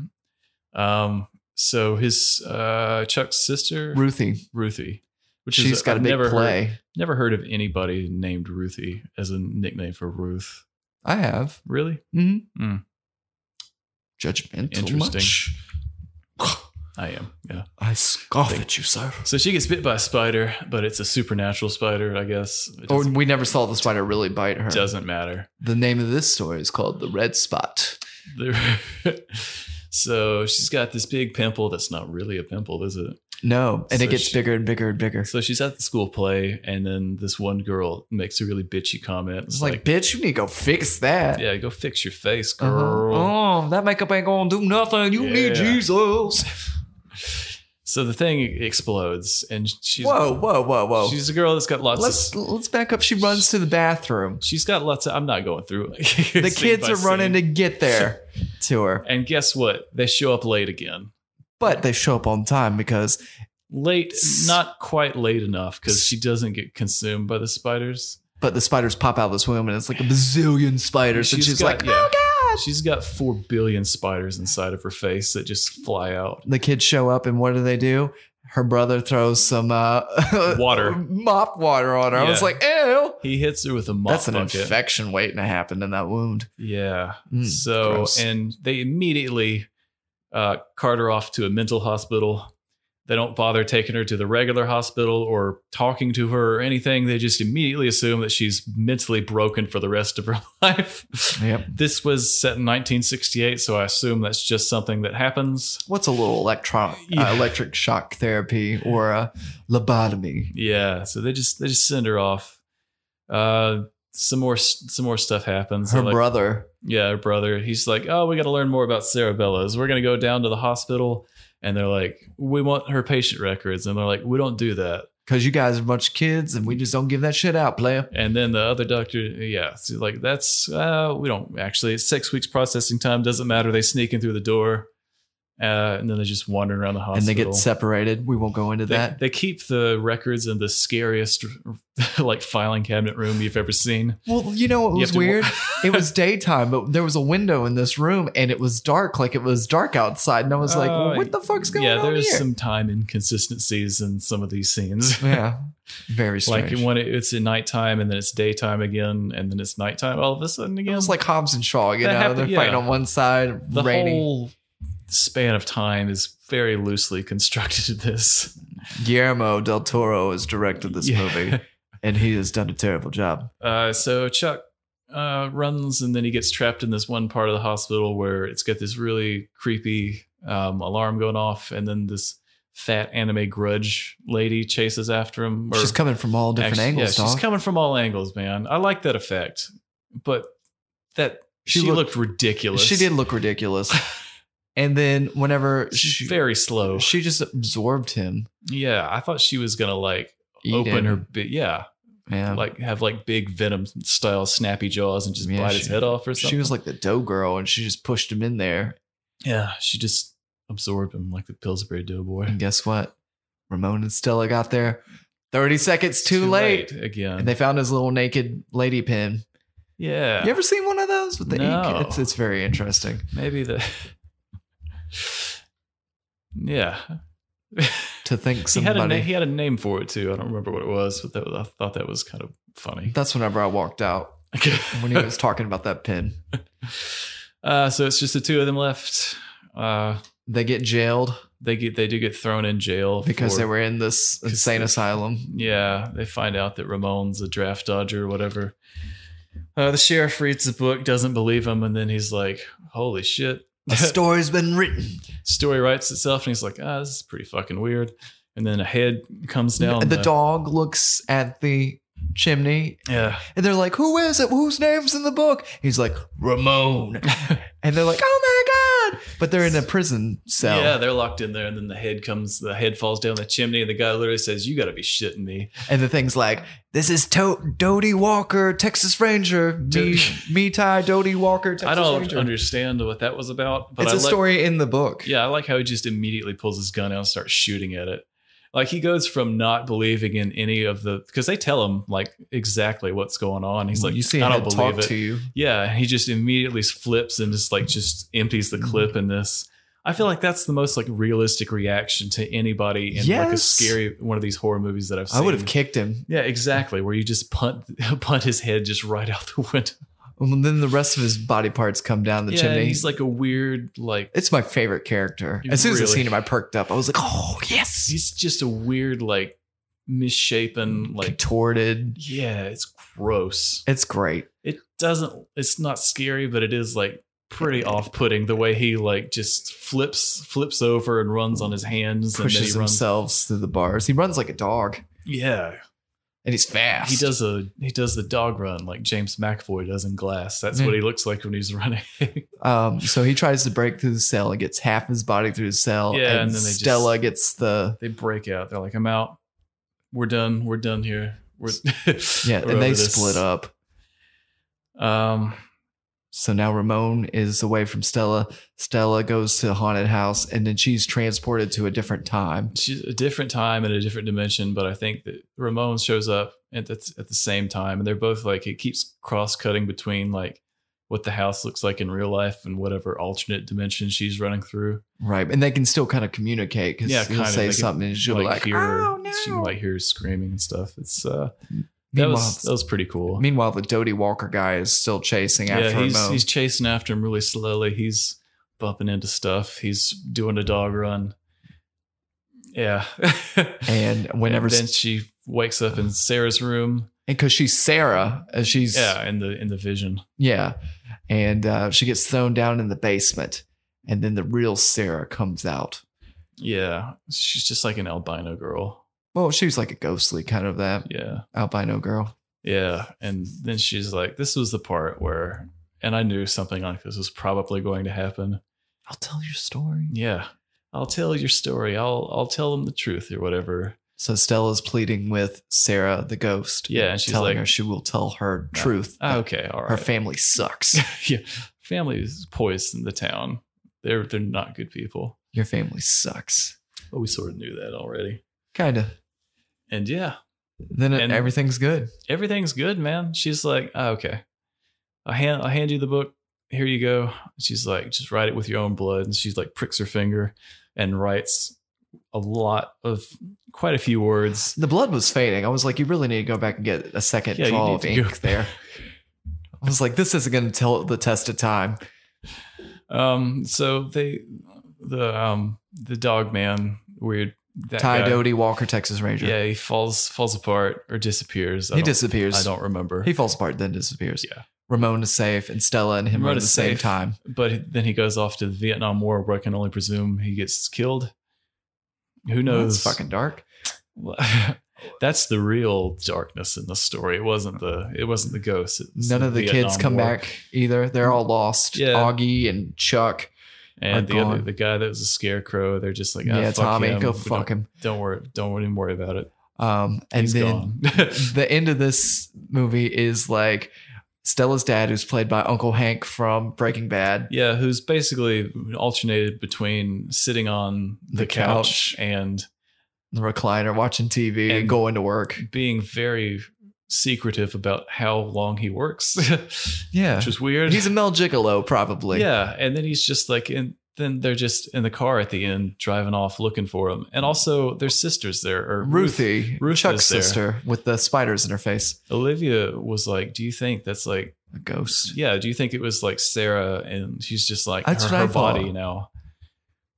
S1: Um so his uh Chuck's sister
S2: Ruthie.
S1: Ruthie, which
S2: She's
S1: is
S2: got a
S1: I've
S2: big
S1: never
S2: play.
S1: heard, never heard of anybody named Ruthie as a nickname for Ruth.
S2: I have.
S1: Really?
S2: Mm-hmm.
S1: Mm.
S2: Judgmental.
S1: Interesting.
S2: much? *sighs*
S1: I am. Yeah.
S2: I scoff at you, sir.
S1: So she gets bit by a spider, but it's a supernatural spider, I guess. It
S2: Or
S1: doesn't,
S2: we never saw
S1: *laughs*
S2: the spider really bite her.
S1: doesn't matter. *laughs*
S2: The name of this story is called The Red Spot.
S1: There- so she's got this big pimple that's not really a pimple, is it?
S2: No, and it
S1: So
S2: gets
S1: she-
S2: bigger and bigger and bigger.
S1: So she's at the school play, and then this one girl makes a really bitchy comment.
S2: It's like, bitch, you need to go fix that.
S1: yeah, go fix your face,
S2: Uh-huh.
S1: girl.
S2: Oh, that makeup ain't gonna do nothing. You need
S1: Yeah.
S2: Jesus.
S1: So the thing explodes, and she's
S2: whoa, whoa, whoa, whoa.
S1: she's a girl that's got lots
S2: Let's
S1: of.
S2: let's back up. She runs to the bathroom.
S1: She's got lots of. I'm not going through. *laughs* Like,
S2: The kids are running to get there to her,
S1: And guess what? They show up late again.
S2: but they show up on time because
S1: late, not quite late enough because she doesn't get consumed by the spiders.
S2: But the spiders pop out of this womb, and it's like a bazillion spiders, and she's like, "Oh,
S1: yeah, she's got four billion spiders inside of her face that just fly out.
S2: the kids show up, and what do they do? Her brother throws some uh, *laughs*
S1: Water.
S2: mop water on her. I was
S1: Yeah.
S2: like, ew.
S1: He hits her with a mop
S2: That's an
S1: bucket.
S2: infection waiting to happen in that wound.
S1: yeah.
S2: Mm,
S1: so
S2: gross.
S1: and they immediately uh, cart her off to a mental hospital. They don't bother taking her to the regular hospital or talking to her or anything. They just immediately assume that she's mentally broken for the rest of her *laughs* life.
S2: Yep.
S1: This was set in 1968, so I assume that's just something that happens.
S2: What's a little electron
S1: Yeah.
S2: uh, electric shock therapy or a lobotomy?
S1: Yeah, so they just they just send her off. Uh, some more some more stuff happens.
S2: Her
S1: They're like-
S2: brother.
S1: Yeah, her brother. He's like, oh, we got to learn more about cerebellas. We're gonna go down to the hospital, and they're like, we want her patient records, and they're like, we don't do that.
S2: Cause you guys are a bunch of kids and we just don't give that shit out, player.
S1: And then the other doctor, yeah, so like that's uh, we don't actually. It's six weeks processing time. Doesn't matter. They sneak in through the door, uh, and then they just wander around the hospital.
S2: And they get separated. We won't go into
S1: They,
S2: that.
S1: they keep the records in the scariest *laughs* like filing cabinet room you've ever seen.
S2: Well, you know what
S1: You
S2: was
S1: have to wa- *laughs*
S2: weird? it was daytime, but there was a window in this room and it was dark, like it was dark outside. And I was like,
S1: Uh,
S2: what the fuck's going
S1: yeah,
S2: on
S1: there's
S2: here?
S1: some time inconsistencies in some of these scenes. *laughs*
S2: yeah. Very
S1: like
S2: strange.
S1: when it, it's in nighttime and then it's daytime again and then it's nighttime all of a sudden again.
S2: it was like Hobbs and Shaw, you
S1: That
S2: know,
S1: happened-
S2: they're
S1: yeah.
S2: fighting on one side,
S1: the
S2: rainy.
S1: whole span of time is very loosely *laughs* constructed. in This
S2: Guillermo del Toro has directed this
S1: Yeah.
S2: movie and he has done a terrible job.
S1: Uh, so Chuck uh, runs and then he gets trapped in this one part of the hospital where it's got this really creepy um, alarm going off, and then this fat anime grudge lady chases after him.
S2: She's coming from all different
S1: actually-
S2: angles,
S1: Yeah,
S2: dog.
S1: she's coming from all angles, man. I like that effect, but that she,
S2: She
S1: looked,
S2: looked-
S1: ridiculous.
S2: She did look ridiculous.
S1: *laughs*
S2: and then whenever
S1: She's
S2: she,
S1: very slow.
S2: she just absorbed him.
S1: yeah, I thought she was gonna like
S2: Eat
S1: open
S2: him.
S1: her. Bi- yeah,
S2: Yeah.
S1: like have like big venom style snappy jaws and just
S2: Yeah,
S1: bite
S2: she-
S1: his head off or something.
S2: she was like the dough girl and she just pushed him in there.
S1: Yeah, she just absorbed him like the Pillsbury Doughboy.
S2: And guess what? Ramon and Stella got there 30 seconds
S1: *laughs*
S2: too, late.
S1: again.
S2: And they found his little naked lady pin.
S1: yeah,
S2: You ever seen one of those with the
S1: No.
S2: ink? It's, it's very interesting.
S1: maybe the. *laughs* yeah,
S2: To think
S1: he had a na-
S2: somebody.
S1: he had a name for it too. I don't remember what it was, but that was, I thought that was kind of funny. *laughs*
S2: That's whenever I walked out when he was talking about that pin.
S1: uh, so it's just the two of them left. Uh,
S2: They get jailed
S1: they get they do get thrown in jail
S2: because
S1: for-
S2: they were
S1: *laughs*
S2: in this
S1: Because
S2: insane
S1: they- *laughs*
S2: asylum.
S1: Yeah, they find out that Ramon's a draft dodger or whatever. Uh, the sheriff reads the book, doesn't believe him, and then he's like, "Holy shit!"
S2: The story's been written.
S1: Story writes itself, and he's like, "Ah, this is pretty fucking weird." And then a head comes down.
S2: And the dog looks at the chimney
S1: Yeah,
S2: and they're like, Who is it? Whose name's in the book? He's like,
S1: *laughs*
S2: Ramon. and they're like, Oh my God. But they're in a prison cell.
S1: yeah, they're locked in there, and then the head comes. The head falls down the chimney, and the guy literally says, "You got to be shitting me."
S2: And the thing's like, This is to- Dodie Walker, Texas Ranger. Me,
S1: Dude.
S2: me Ty, Dodie Walker, Texas
S1: I don't
S2: Ranger.
S1: understand what that was about, but
S2: it's
S1: I
S2: a
S1: like-
S2: story in the book.
S1: Yeah, I like how he just immediately pulls his gun out and starts shooting at it. Like he goes from not believing in any of the because they tell him like exactly what's going on. He's like,
S2: Mm, you see,
S1: I
S2: I
S1: don't
S2: talk
S1: believe it.
S2: to you.
S1: Yeah, and he just immediately flips and just like just empties
S2: Mm-hmm.
S1: the clip in this. I feel like that's the most like realistic reaction to anybody in like a
S2: Yes.
S1: scary one of these horror movies that I've seen.
S2: I would have kicked him.
S1: Yeah, exactly. Where you just punt *laughs* punt his head just right out the window.
S2: And then the rest of his body parts come down the
S1: yeah, and
S2: chimney.
S1: he's like a weird like
S2: it's my favorite character.
S1: You
S2: As soon as I
S1: really-
S2: seen him, I perked up. I was like, Oh, yes.
S1: he's just a weird like misshapen like
S2: contorted.
S1: Yeah, it's gross.
S2: It's great.
S1: It doesn't. It's not scary, but it is like
S2: *laughs*
S1: pretty off-putting the way he like just flips flips over and runs on his hands and then
S2: Pushes
S1: he runs.
S2: themselves through the bars. He runs like a dog,
S1: Yeah,
S2: and he's fast.
S1: he does a he does the dog run like James McAvoy does in Glass. That's
S2: Yeah.
S1: what he looks like when he's *laughs* running.
S2: Um, so he tries to break through the cell and gets half his body through the cell.
S1: Yeah,
S2: and,
S1: and then they just-
S2: Stella gets the
S1: they break out. They're like, "I'm out. We're done. We're done here. We're *laughs*
S2: yeah,
S1: we're
S2: and
S1: over
S2: they
S1: this."
S2: split up.
S1: Um,
S2: So now Ramon is away from Stella. Stella goes to haunted house, and then she's transported to a different time.
S1: she's a different time and a different dimension, but I think that Ramon shows up at the, at the same time, and they're both like it keeps cross cutting between like what the house looks like in real life and whatever alternate dimension she's running through.
S2: Right, and they can still kind of communicate because
S1: Yeah,
S2: he'll
S1: kind of.
S2: say
S1: They can,
S2: something, and she'll be like,
S1: hear
S2: "Oh
S1: her-
S2: no!"
S1: she can, like hear her screaming and stuff. It's uh, that
S2: meanwhile,
S1: was that was pretty cool.
S2: meanwhile, the Dodie Walker guy is still chasing
S1: Yeah,
S2: after
S1: he's
S2: Ramon.
S1: he's chasing after him really slowly. He's bumping into stuff. He's doing a dog run. Yeah, *laughs*
S2: and whenever,
S1: and then she wakes up in Sarah's room.
S2: because she's Sarah, and she's
S1: Yeah,
S2: *laughs*
S1: in the in the vision.
S2: Yeah. And uh, she gets thrown down in the basement. And then the real Sarah comes out.
S1: Yeah, she's just like an albino girl.
S2: Well, she was like a ghostly kind of that
S1: Yeah,
S2: albino girl.
S1: yeah. And then she's like, "This was the part where," and I knew something like this was probably going to happen.
S2: I'll tell your story.
S1: Yeah, I'll tell your story. I'll I'll tell them the truth or whatever.
S2: So Stella's pleading with Sarah, the ghost.
S1: Yeah, and she's
S2: telling
S1: like-
S2: her she will tell her truth.
S1: Ah,
S2: that
S1: okay, all right.
S2: Her family sucks.
S1: *laughs* yeah, family is poison in the town. They're they're not good people.
S2: your family sucks.
S1: But we sort of knew that already.
S2: Kind of.
S1: And yeah,
S2: Then it-
S1: And-
S2: everything's good.
S1: everything's good, man. She's like, oh, okay, I hand I hand you the book. Here you go. She's like, just write it with your own blood. And she's like, pricks her finger and writes a lot of quite a few words.
S2: The blood was fading. I was like, you really need to go back and get a second
S1: Yeah, you
S2: draw
S1: need
S2: of
S1: to go-
S2: ink there. I was like, this isn't going to tell the test of time.
S1: Um, so they, the um, the dog man, weird that
S2: Ty
S1: guy,
S2: Doty, Walker, Texas Ranger.
S1: Yeah, he falls falls apart or disappears. I
S2: he
S1: don't-
S2: disappears.
S1: I don't remember.
S2: He falls apart, then disappears.
S1: Yeah.
S2: Ramon is safe, and Stella and him
S1: Ramon
S2: are at the
S1: is
S2: same
S1: safe.
S2: time.
S1: but then he goes off to the Vietnam War, where I can only presume he gets killed. Who knows?
S2: It's fucking dark.
S1: *laughs* That's the real darkness in the story. It wasn't the it wasn't the ghost. It was
S2: None of the
S1: Vietnam
S2: kids come
S1: War.
S2: back either. They're all lost.
S1: Yeah.
S2: Augie and Chuck.
S1: And
S2: are
S1: the other,
S2: gone.
S1: the guy that was a scarecrow, they're just like, ah,
S2: yeah,
S1: fuck
S2: Tommy,
S1: him.
S2: go
S1: We
S2: fuck
S1: don't,
S2: him.
S1: Don't worry, don't even worry about it.
S2: Um, and
S1: He's
S2: then
S1: gone. *laughs*
S2: the end of this movie is like Stella's dad, who's played by Uncle Hank from Breaking Bad.
S1: yeah, who's basically alternated between sitting on the,
S2: The
S1: couch.
S2: couch.
S1: and
S2: in The recliner, watching TV and,
S1: And-
S2: going to work.
S1: being very secretive about how long he works, *laughs* which
S2: Yeah.
S1: was weird.
S2: He's a Mel Gigolo, probably.
S1: Yeah, and then he's just like, and then they're just in the car at the end driving off looking for him. And also, their sisters there, or Ruth,
S2: Ruthie,
S1: Ruth
S2: Chuck's
S1: is there.
S2: sister, with the spiders in her face.
S1: Olivia was like, "Do you think that's like,
S2: A ghost.
S1: yeah? Do you think it was like Sarah?" And she's just like,
S2: That's
S1: her,
S2: what I
S1: her body
S2: thought.
S1: now.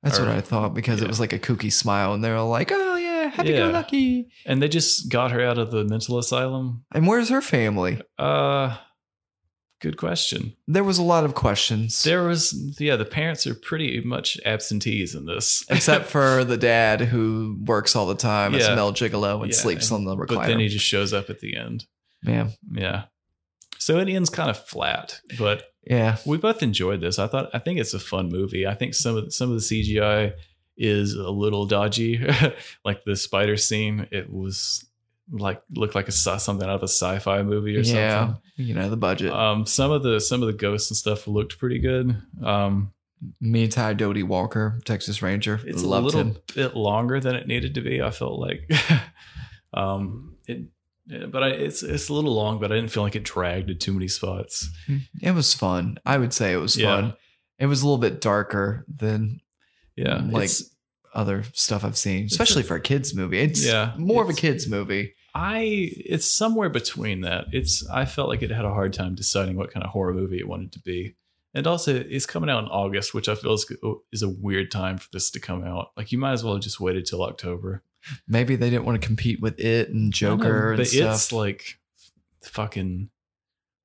S2: That's
S1: Or-
S2: what I thought because
S1: yeah.
S2: it was like a kooky smile, and they're all like, "Oh yeah, happy
S1: Yeah.
S2: go lucky."
S1: And they just got her out of the mental asylum.
S2: And where's her family?
S1: Uh, good question.
S2: There was a lot of questions,
S1: There was, yeah, the parents are pretty much absentees in this, *laughs*
S2: except for the dad who works all the time as
S1: Yeah.
S2: Mel Gigolo and
S1: Yeah,
S2: sleeps
S1: and-
S2: on the recliner.
S1: but then he just shows up at the end.
S2: yeah,
S1: Yeah. So it ends kind of flat, but
S2: yeah,
S1: we both enjoyed this. I thought I think it's a fun movie. I think some of some of the CGI is a little dodgy, *laughs* like the spider scene. It was like looked like a sci- something out of a sci-fi movie or
S2: yeah.
S1: something.
S2: You know the budget.
S1: Um, some of the some of the ghosts and stuff looked pretty good. Um,
S2: Me and Ty Doty Walker, Texas Ranger,
S1: it's
S2: loved
S1: a little
S2: him.
S1: bit longer than it needed to be. I felt like, *laughs* um, it, yeah, but I, it's it's a little long. But I didn't feel like it dragged in too many spots.
S2: It was fun. I would say it was
S1: Yeah.
S2: fun. It was a little bit darker than
S1: Yeah,
S2: Like-
S1: it's-
S2: other stuff I've seen,
S1: It's
S2: especially for a kids movie. It's
S1: Yeah,
S2: more of a
S1: it's-
S2: kids movie.
S1: I it's somewhere between that. It's I felt like it had a hard time deciding what kind of horror movie it wanted to be. And also it's coming out in August, which I feel is, oh, is a weird time for this to come out. Like you might as well have just waited till October.
S2: Maybe they didn't want to compete with it and Joker
S1: I know,
S2: and
S1: but
S2: stuff.
S1: it's like fucking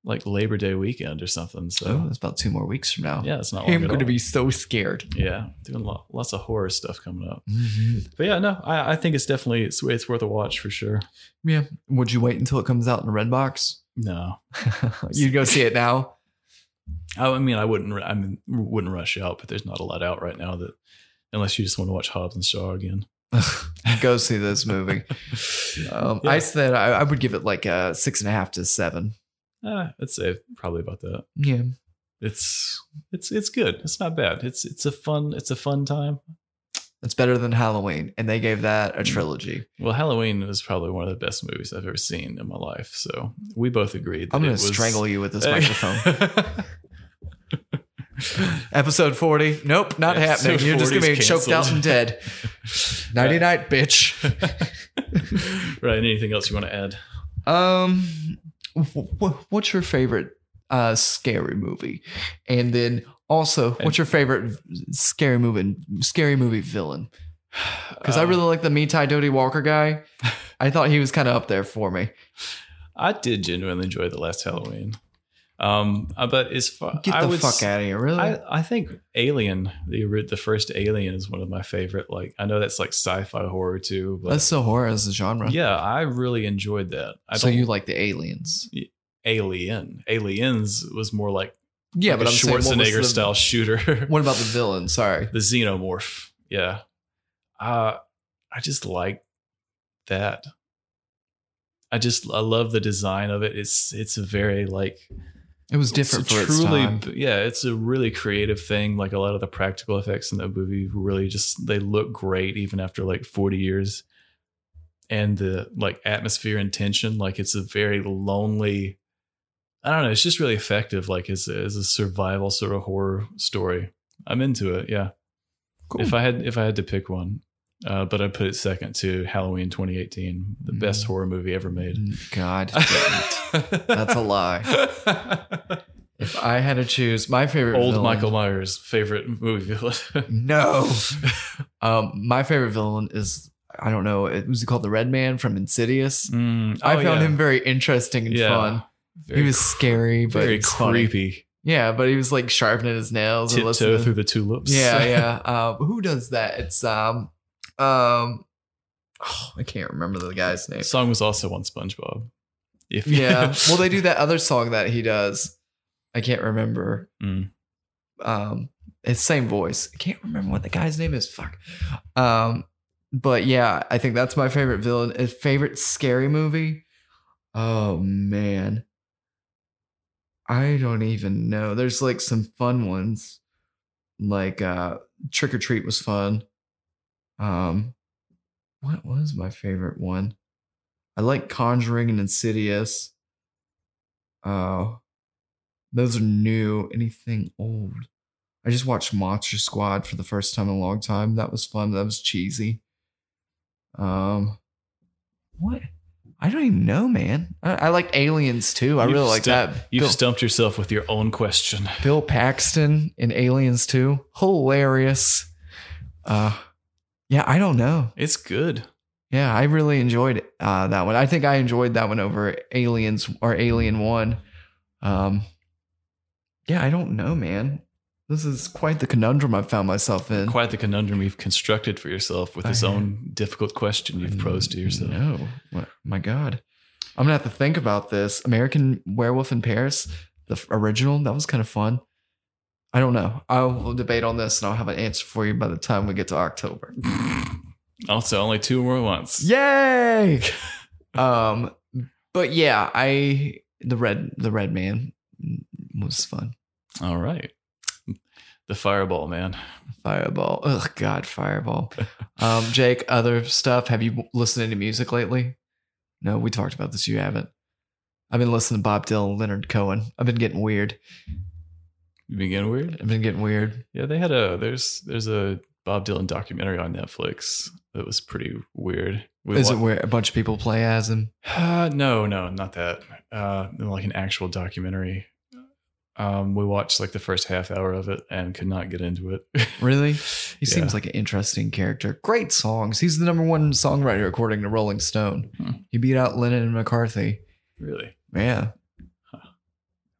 S1: like Labor Day weekend or something.
S2: Oh,
S1: So
S2: it's about two more weeks from now.
S1: yeah, it's not.
S2: I'm
S1: long at
S2: going to
S1: all.
S2: be so scared.
S1: yeah, doing lo- lots of horror stuff coming up.
S2: Mm-hmm.
S1: But yeah, no, I, I think it's definitely it's it's worth a watch for sure.
S2: Yeah. Would you wait until it comes out in the red box?
S1: No,
S2: *laughs* You'd go see it now.
S1: I I mean, I wouldn't. ru- I mean, wouldn't rush out, but there's not a lot out right now that, unless you just want to watch Hobbs and Shaw again.
S2: go see this movie. *laughs* Um,
S1: Yeah.
S2: I said I, I uh, would give it like a six and a half to seven.
S1: Uh, I'd say probably about that.
S2: Yeah.
S1: But It's it's it's good. It's not bad. It's it's a fun it's a fun time.
S2: It's better than Halloween, and they gave that a trilogy.
S1: Well, Halloween is probably one of the best movies I've ever seen in my life. So we both agreed.
S2: I'm
S1: that it
S2: going to
S1: was-
S2: strangle you
S1: *laughs*
S2: with this microphone. Episode 40. Nope, not
S1: Yeah,
S2: happening.
S1: episode
S2: You're just going to
S1: 40
S2: be
S1: 's
S2: choked out
S1: canceled. *laughs*
S2: and dead. Nighty night, bitch.
S1: right. Anything else you want to add?
S2: Um, wh- wh- what's your favorite uh scary movie? And then also, what's your favorite scary movie? Scary movie villain? Because I
S1: Um,
S2: really like the Me Tai Doty Walker
S1: *laughs*
S2: guy. I thought he was kind of up there for me.
S1: I did genuinely enjoy the last Halloween. Um, uh, but as far
S2: Get
S1: I
S2: the
S1: would
S2: fuck
S1: s-
S2: out of here, really.
S1: I, I think Alien, the ori- the first Alien, is one of my favorite. Like I know that's like sci-fi horror too, but
S2: That's so horror as a genre.
S1: yeah, I really enjoyed that. I
S2: so
S1: don't
S2: you like the aliens?
S1: Alien. Aliens was more like
S2: Yeah,
S1: like
S2: but
S1: a
S2: I'm saying what was
S1: Schwarzenegger
S2: the-
S1: style shooter. *laughs*
S2: What about the villain? Sorry.
S1: the xenomorph. Yeah. Uh I just like that. I just I love the design of it. It's it's a very like
S2: It was
S1: it's a
S2: different for its time.
S1: yeah, it's a really creative thing. Like a lot of the practical effects in the movie really just they look great even after like 40 years. And the like atmosphere and tension, like it's a very lonely I don't know, it's just really effective like as a, as a survival sort of horror story. I'm into it, yeah. If I had if I had to pick one, uh, but I'd put it second to Halloween 2018, the best
S2: Mm.
S1: horror movie ever made.
S2: God, damn
S1: *laughs*
S2: it. that's a lie. If I had to choose my favorite
S1: Old
S2: villain-
S1: Michael Myers' favorite movie
S2: *laughs*
S1: villain.
S2: No. um, my favorite villain is I don't know. It was called the Red Man from Insidious.
S1: Mm,
S2: I
S1: oh,
S2: found
S1: yeah.
S2: him very interesting and
S1: Yeah.
S2: fun.
S1: Very
S2: he was
S1: cr-
S2: scary, but
S1: very
S2: it's funny.
S1: creepy.
S2: Yeah, but he was like sharpening his nails and
S1: Tiptoe
S2: listening.
S1: through the tulips.
S2: yeah, yeah. Um, who does that? It's um, um, oh, I can't remember the guy's
S1: *laughs*
S2: name.
S1: The song was also on SpongeBob. If you- *laughs*
S2: Yeah. well, they do that other song that he does. I can't remember.
S1: Mm.
S2: Um, it's same voice. I can't remember what the guy's name is. Fuck. Um, but yeah, I think that's my favorite villain. His favorite scary movie. Oh man, I don't even know. There's like some fun ones, like uh, Trick or Treat was fun. Um, what was my favorite one? I like Conjuring and Insidious. Oh, those are new. Anything old? I just watched Monster Squad for the first time in a long time. That was fun. That was cheesy. Um, what? I don't even know, man. I, I like Aliens too. I
S1: You've
S2: really like
S1: stu-
S2: that.
S1: You've
S2: Bill,
S1: stumped yourself with your own question.
S2: Bill Paxton in Aliens too. Hilarious. Uh, yeah, I don't know.
S1: It's good.
S2: Yeah, I really enjoyed uh, that one. I think I enjoyed that one over Aliens or Alien One. Um, yeah, I don't know, man. This is quite the conundrum I found myself in.
S1: Quite the conundrum you've constructed for yourself with this
S2: I-
S1: own difficult question you've posed to yourself.
S2: Mm, No, What- my God, I'm gonna have to think about this. American Werewolf in Paris, the f- original, that was kind of fun. I don't know. I will debate on this, and I'll have an answer for you by the time we get to October.
S1: *laughs* Also, only two more once. *laughs*
S2: Yay! um, but yeah, I the red the red man was fun.
S1: All right. The fireball, man.
S2: Fireball. Ugh, God, Fireball. Um,
S1: *laughs*
S2: Jake, other stuff. Have you listened to music lately? No, we talked about this. You haven't. I've been listening to Bob Dylan, Leonard Cohen. I've been getting weird.
S1: You begin weird.
S2: I've been getting weird.
S1: Yeah, they had a there's there's a Bob Dylan documentary on Netflix that was pretty weird. We
S2: Is it
S1: wa-
S2: where a bunch of people play as him?
S1: Uh, *sighs* no, no, not that. Uh, like an actual documentary. Um, we watched like the first half hour of it and could not get into it. *laughs*
S2: Really? He
S1: Yeah.
S2: seems like an interesting character. Great songs. He's the number one songwriter according to Rolling Stone.
S1: Hmm.
S2: He beat out Lennon and McCarthy.
S1: really.
S2: Yeah.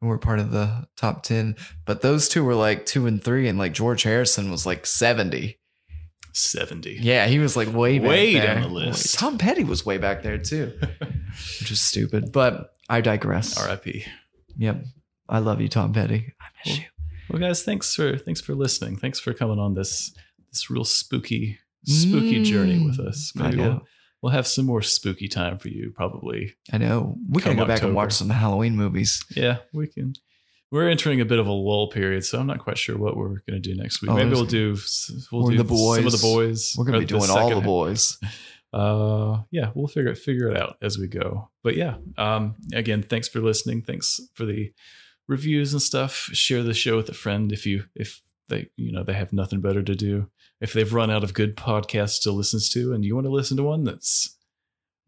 S2: And we're part of the top 10. But those two were like two and three, and like George Harrison was like 70.
S1: Seventy.
S2: Yeah, he was like way back
S1: Way
S2: there.
S1: down the list.
S2: Tom Petty was way back there too,
S1: *laughs*
S2: which is stupid. But I digress.
S1: R.I.P.
S2: Yep. I love you, Tom Petty. I miss
S1: Well, Well, guys, thanks for thanks for listening. Thanks for coming on this this real spooky spooky
S2: Mm.
S1: journey with us.
S2: I
S1: Maybe
S2: know.
S1: we'll, we'll have some more spooky time for you, probably.
S2: I know. We can
S1: Come
S2: go back and
S1: October.
S2: watch some Halloween movies.
S1: Yeah, we can. We're entering a bit of a lull period, so I'm not quite sure what we're going to do next week.
S3: Oh,
S1: Maybe
S3: there's-
S1: we'll do s- we'll
S3: Or
S1: do
S3: the boys.
S1: some of the boys.
S3: We're gonna
S1: or
S3: be
S1: the
S3: doing all the
S1: second- *laughs*
S3: boys.
S1: Uh, yeah, we'll figure it figure it out as we go. But yeah, um, again, thanks for listening. Thanks for the reviews and stuff. Share the show with a friend if you if they you know they have nothing better to do. If they've run out of good podcasts to listen to, and you want to listen to one that's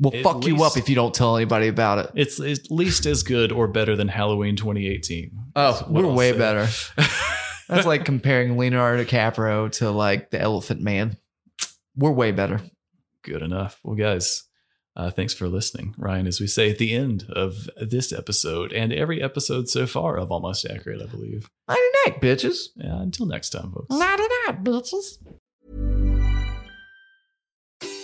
S3: We'll
S1: At
S3: fuck you up
S1: least-
S3: if you don't tell anybody about it.
S1: It's at least as good or better than Halloween 2018.
S3: Oh,
S1: That's what
S3: we're
S1: I'll
S3: way
S1: say.
S3: better.
S1: *laughs*
S3: That's like comparing Leonardo DiCaprio to like the Elephant Man. We're way better.
S1: good enough. Well, guys, uh, thanks for listening. Ryan, as we say at the end of this episode and every episode so far of Almost Accurate, I believe.
S3: Night night, bitches.
S1: Yeah, until next time, folks.
S3: Night night, bitches.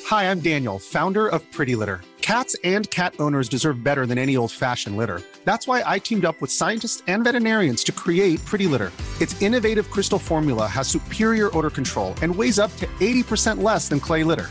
S4: Hi, I'm Daniel, founder of Pretty Litter. Cats and cat owners deserve better than any old fashioned litter. That's why I teamed up with scientists and veterinarians to create Pretty Litter. Its innovative crystal formula has superior odor control and weighs up to 80% less than clay litter.